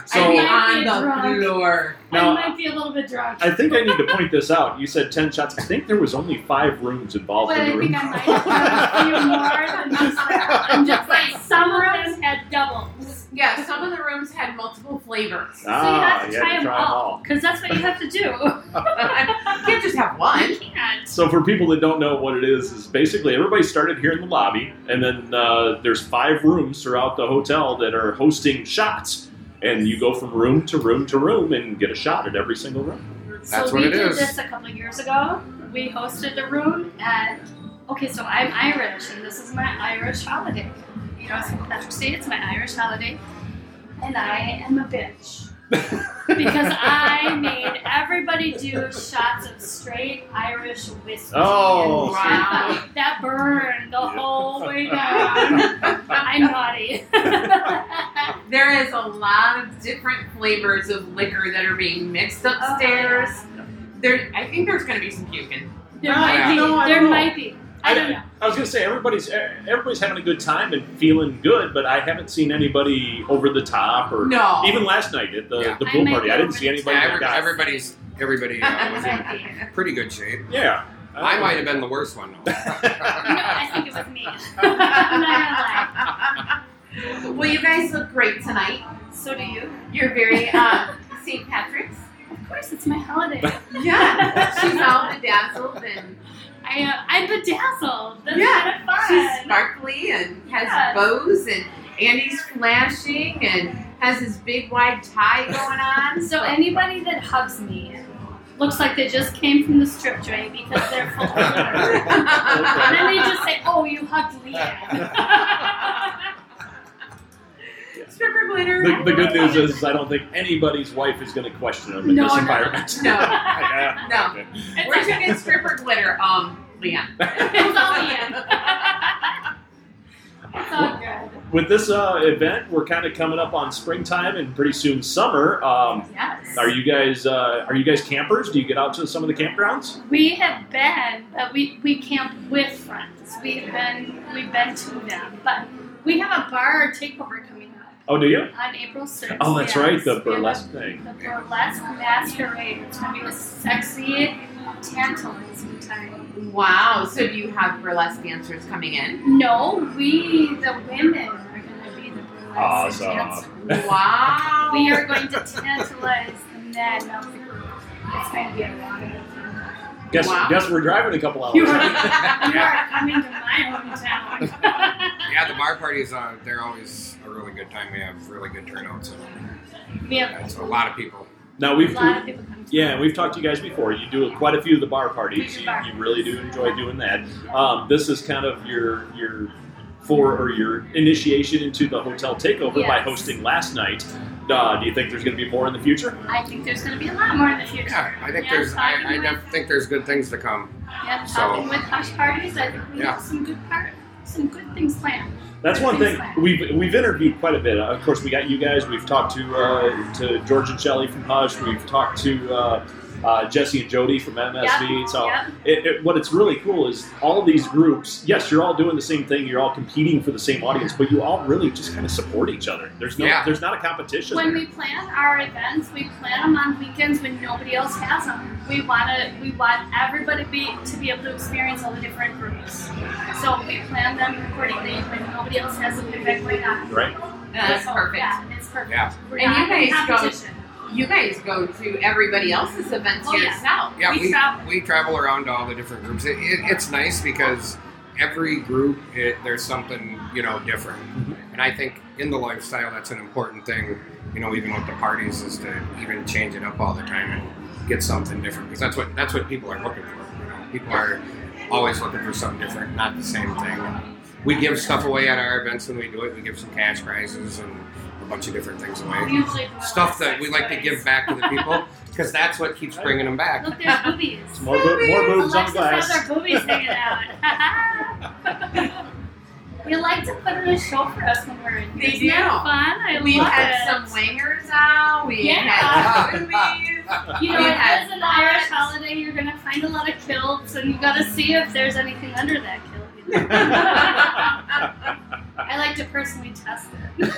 C: So-
F: I'd be
N: I might be
F: on the
N: drunk.
F: floor.
C: Now-
N: I might be a little bit drunk.
C: I think I need to point this out. You said ten shots. I think there was only five rooms involved
N: But
C: in
N: I
C: the room.
N: think I might have a few more than most of them. Just like some rooms had doubles.
F: Yeah, some of the rooms had multiple flavors.
N: So you
C: Ah,
N: have to
C: you had
N: try
C: to
N: them
C: try 'em
N: all
C: all.
N: because that's what you have to do.
F: you can't just have one.
N: You can't.
C: So for people that don't know what it is, is basically everybody started here in the lobby, and then uh, there's five rooms throughout the hotel that are hosting shots, and you go from room to room to room and get a shot at every single room.
P: That's
N: so
P: what
N: we
P: it
N: did
P: is.
N: this a couple of years ago. We hosted the room, and okay, so I'm Irish, and this is my Irish holiday. You know, it's Patrick's Day. It's my Irish holiday, and I am a bitch because I made everybody do shots of straight Irish whiskey.
C: Oh,
N: and
C: see.
N: wow, that burned the whole way down. I'm naughty.
F: There is a lot of different flavors of liquor that are being mixed upstairs. There, I think there's going to be some puking.
N: There
C: Ah,
N: might be.
C: no, I
N: there
C: don't know.
N: might be. I don't know.
C: I was gonna say everybody's e, everybody's having a good time and feeling good, but I haven't seen anybody over the top or
F: No.
C: even last night at the,
P: Yeah.
C: the
N: I
C: pool
N: might
C: party.
N: be
C: I didn't
N: over
C: see
N: the
C: anybody.
P: Yeah,
C: that
P: every-
C: got-
P: everybody's everybody uh, was in
N: Might be.
P: pretty good shape.
C: yeah, Uh,
P: I might have been the worst one. Though.
N: No, I think it was me. I'm not gonna lie.
F: Well, you guys look great tonight.
N: So do you.
F: You're very um, St. Patrick's.
N: Of course, it's my holiday.
F: Yeah, she's all bedazzled and
N: I, uh, I'm bedazzled. That's
F: Yeah,
N: kind of fun.
F: she's sparkly and has
N: Yes.
F: bows and Andy's flashing and has his big wide tie going on.
N: so anybody that hugs me looks like they just came from the strip joint because they're full of litter. and then they just say, oh, you hugged Leanne.
F: Stripper glitter.
C: The, the good news is I don't think anybody's wife is gonna question them in
N: No,
C: this
N: no.
C: environment.
F: No,
C: Yeah.
F: no.
N: It's
F: We're
N: like,
F: drinking stripper glitter, um, Leanne.
N: it's all Leanne. it's all good.
C: With this uh, event, we're kind of coming up on springtime and pretty soon summer. Um,
N: Yes.
C: are you guys uh, are you guys campers? Do you get out to some of the campgrounds?
N: We have been, but we, we camp with friends. We've been we've been to them, but we have a bar takeover coming up
C: Oh, do you?
N: on April sixth.
C: Oh, that's right, the
N: Yes.
C: burlesque thing.
N: The burlesque masquerade. It's gonna be a sexy tantalizing time.
F: Wow. So do you have burlesque dancers coming in?
N: No, Oh, we the women are gonna be the burlesque
C: Awesome.
N: dancers.
F: Wow.
N: We are going to tantalize the men of the group. It's gonna be a lot of fun.
C: Guess,
N: Wow.
C: guess we're driving a couple hours.
N: You are, you are coming to my hometown.
P: Yeah, the bar parties are they're always a really good time. We have really good turnout, so
N: We have
P: that's a lot of people.
C: Now we've
N: a lot of people coming.
C: Yeah, and we've talked to you guys before. You do quite a few of the bar parties. You, you really do enjoy doing that. Um, this is kind of your your for or your initiation into the hotel takeover by
N: Yes.
C: hosting last night. Uh, do you think there's going to be more in the future?
N: I think there's going to be a lot more in the future.
P: Yeah, I think
N: Yeah,
P: there's I,
N: talking
P: I
N: with-
P: def- think there's good things to come.
N: Yeah,
P: So-
N: talking with hush parties, I think we
P: Yeah.
N: have some good part, some good things planned.
C: That's
N: Good
C: one
N: things
C: thing
N: planned.
C: we've we've interviewed quite a bit. Uh, Of course, we got you guys. We've talked to uh, to George and Shelley from Hush. We've talked to uh, uh, Jesse and Jody from MSV.
N: Yep,
C: So,
N: yep.
C: it, it, what it's really cool is all these groups. Yes, you're all doing the same thing. You're all competing for the same audience, but you all really just kind of support each other. There's no
P: Yeah.
C: there's not a competition.
N: When
C: there.
N: we plan our events, we plan them on weekends when nobody else has them. We want to, we want everybody be, to be able to experience all the different groups. So we plan them accordingly when nobody else has an event going on.
C: Right.
F: Yeah, that's
N: So,
F: perfect.
N: Yeah, it's perfect.
P: Yeah.
N: We're
F: And
N: not
F: you
N: in
F: guys go-
N: competition.
F: You guys go to everybody else's events
N: Oh, yeah.
F: yourself.
P: Yeah, we,
F: travel.
P: we travel around to all the different groups. It, it, it's nice because every group it, there's something you know different, and I think in the lifestyle that's an important thing. You know, even with the parties, is to even change it up all the time and get something different because that's what that's what people are looking for. You know, people are always looking for something different, not the same thing. We give stuff away at our events when we do it. We give some cash prizes and a bunch of different things away.
N: Usually the
P: Stuff that we like to give back to the people because that's what keeps bringing them back.
N: Look, there's boobies.
C: More, bo- more boobs on
N: Alexis
C: glass.
N: has our boobies hanging out. we like to put on a show for us when we're in here.
F: They
N: Isn't that
F: do.
N: fun? I
F: we
N: love
F: had
N: it.
F: some wingers out. We
N: Yeah.
F: had movies.
N: You know,
F: we
N: it
F: had
N: is an Irish holiday. You're gonna find a lot of kilts, and you gotta see if there's anything under that kilt. you know. I like to personally test it.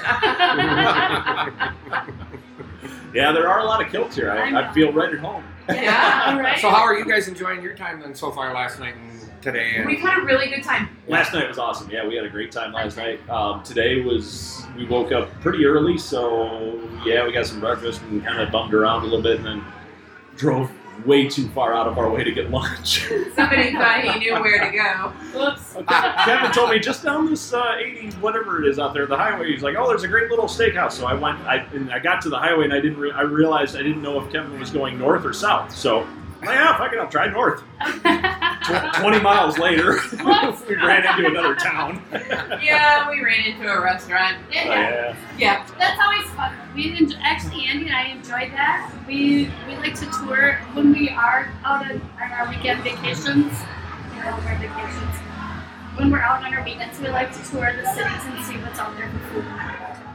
C: Yeah, there are a lot of kilts here.
N: I
C: I,
N: know.
C: I feel right at home.
F: Yeah, right.
P: So how are you guys enjoying your time then so far last night and today? And
F: We've had a really good time.
C: Last night was awesome. Yeah, we had a great time last night. Um, today was we woke up pretty early, so yeah, we got some breakfast and kind of bummed around a little bit, and then drove way too far out of our way to get lunch.
F: Somebody thought he knew where to go.
N: Whoops.
C: Kevin told me just down this uh, 80 whatever it is out there, the highway. He's like, "Oh, there's a great little steakhouse." So I went, I, and I got to the highway, and I didn't, re- I realized I didn't know if Kevin was going north or south. So I'm like, "Ah, fuck it, I'll try north." Tw- 20 miles later, we ran into another town.
F: Yeah, we ran into a restaurant.
N: Yeah,
C: Oh,
N: yeah.
C: yeah.
F: Yeah.
N: That's always fun. We enjoy, actually Andy and I enjoy that. We we like to tour when we are out on, on our weekend vacations. You know, our vacations. When we're out on our weekends, we like to tour the cities and see what's out there for food.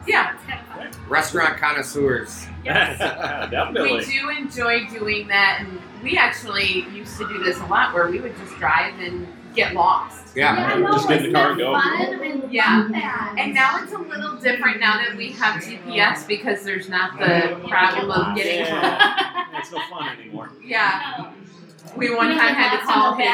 F: Yeah.
N: It's kind of fun.
P: Restaurant connoisseurs.
F: We do enjoy doing that, and we actually used to do this a lot where we would just drive and get lost.
P: Yeah.
N: no,
C: Just get in the car and
N: isn't
C: go.
N: that Fun and
F: Yeah.
N: that.
F: And now it's a little different now that we have GPS because there's not the problem of getting.
C: Yeah, it's no fun anymore.
F: Yeah. We one time had to call his.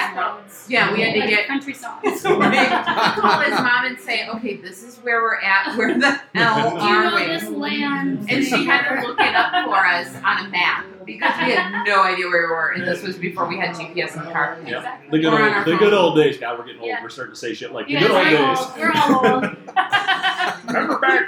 N: his.
F: Yeah, we had to get.
N: country songs.
F: call his mom and say, okay, this is where we're at. Where the hell
N: Do you
F: are
N: know
F: we?
N: this land?
F: And she had to look it up for us on a map because we had no idea where we were. And this was before we had GPS in the car.
C: Yeah. The good
F: We're on
C: old,
F: our
C: the good old days. God, we're getting old.
N: Yeah.
C: We're starting to say shit like
N: You
C: the
N: guys
C: good old
N: are
C: days.
N: old. We're all old.
C: Remember back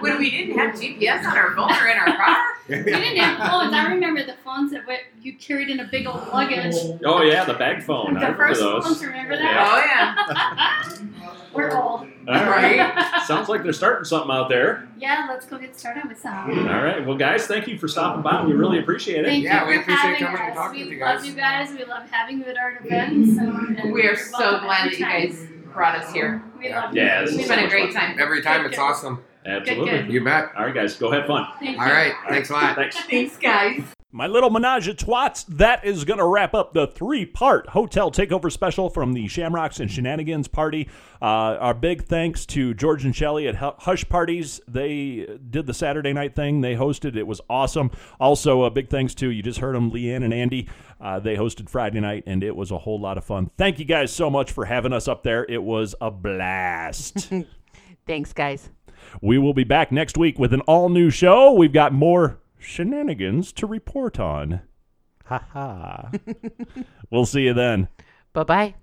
F: when we didn't have GPS on our phone or in our car.
N: We didn't have phones. I remember the phones that were, you carried in a big old luggage.
C: Oh yeah, the bag phone. I
N: the
C: remember
N: first
C: those.
N: phones, remember that?
F: Oh yeah. Oh,
N: We're old.
C: All
F: Right.
C: Sounds like they're starting something out there.
N: Yeah, let's go get started with
C: All
N: some.
C: right. Well, guys, thank you for stopping by. We really appreciate it.
N: Thank
P: Yeah,
N: you
P: we
N: for
P: appreciate
N: having
P: coming and
N: us.
P: talking
N: we
P: to you
N: love
P: guys.
N: you guys. We love having you at our events. And, and
F: We are
N: you're
F: so
N: welcome
F: glad that you
N: anytime.
F: guys brought us here.
N: We love
C: Yeah,
N: you.
C: this
F: It's
C: is
F: been
C: so
F: a
C: much
F: great
C: fun.
F: time.
P: Every time it's awesome.
N: Good,
C: Absolutely.
P: You bet.
C: All right, guys, go have fun.
N: Thank
P: All
N: you.
P: right. Thanks a lot.
C: Thanks.
F: Thanks, guys.
Q: My little menage a twats, that is going to wrap up the three part hotel takeover special from the Shamrocks and Shenanigans party. Uh, our big thanks to George and Shelley at Hu- Hush Parties. They did the Saturday night thing, they hosted. It was awesome. Also, a big thanks to, you just heard them, Leanne and Andy. Uh, they hosted Friday night, and it was a whole lot of fun. Thank you guys so much for having us up there. It was a blast.
F: Thanks, guys.
Q: We will be back next week with an all new show. We've got more shenanigans to report on.
C: Ha ha. we'll see you then.
F: Bye bye.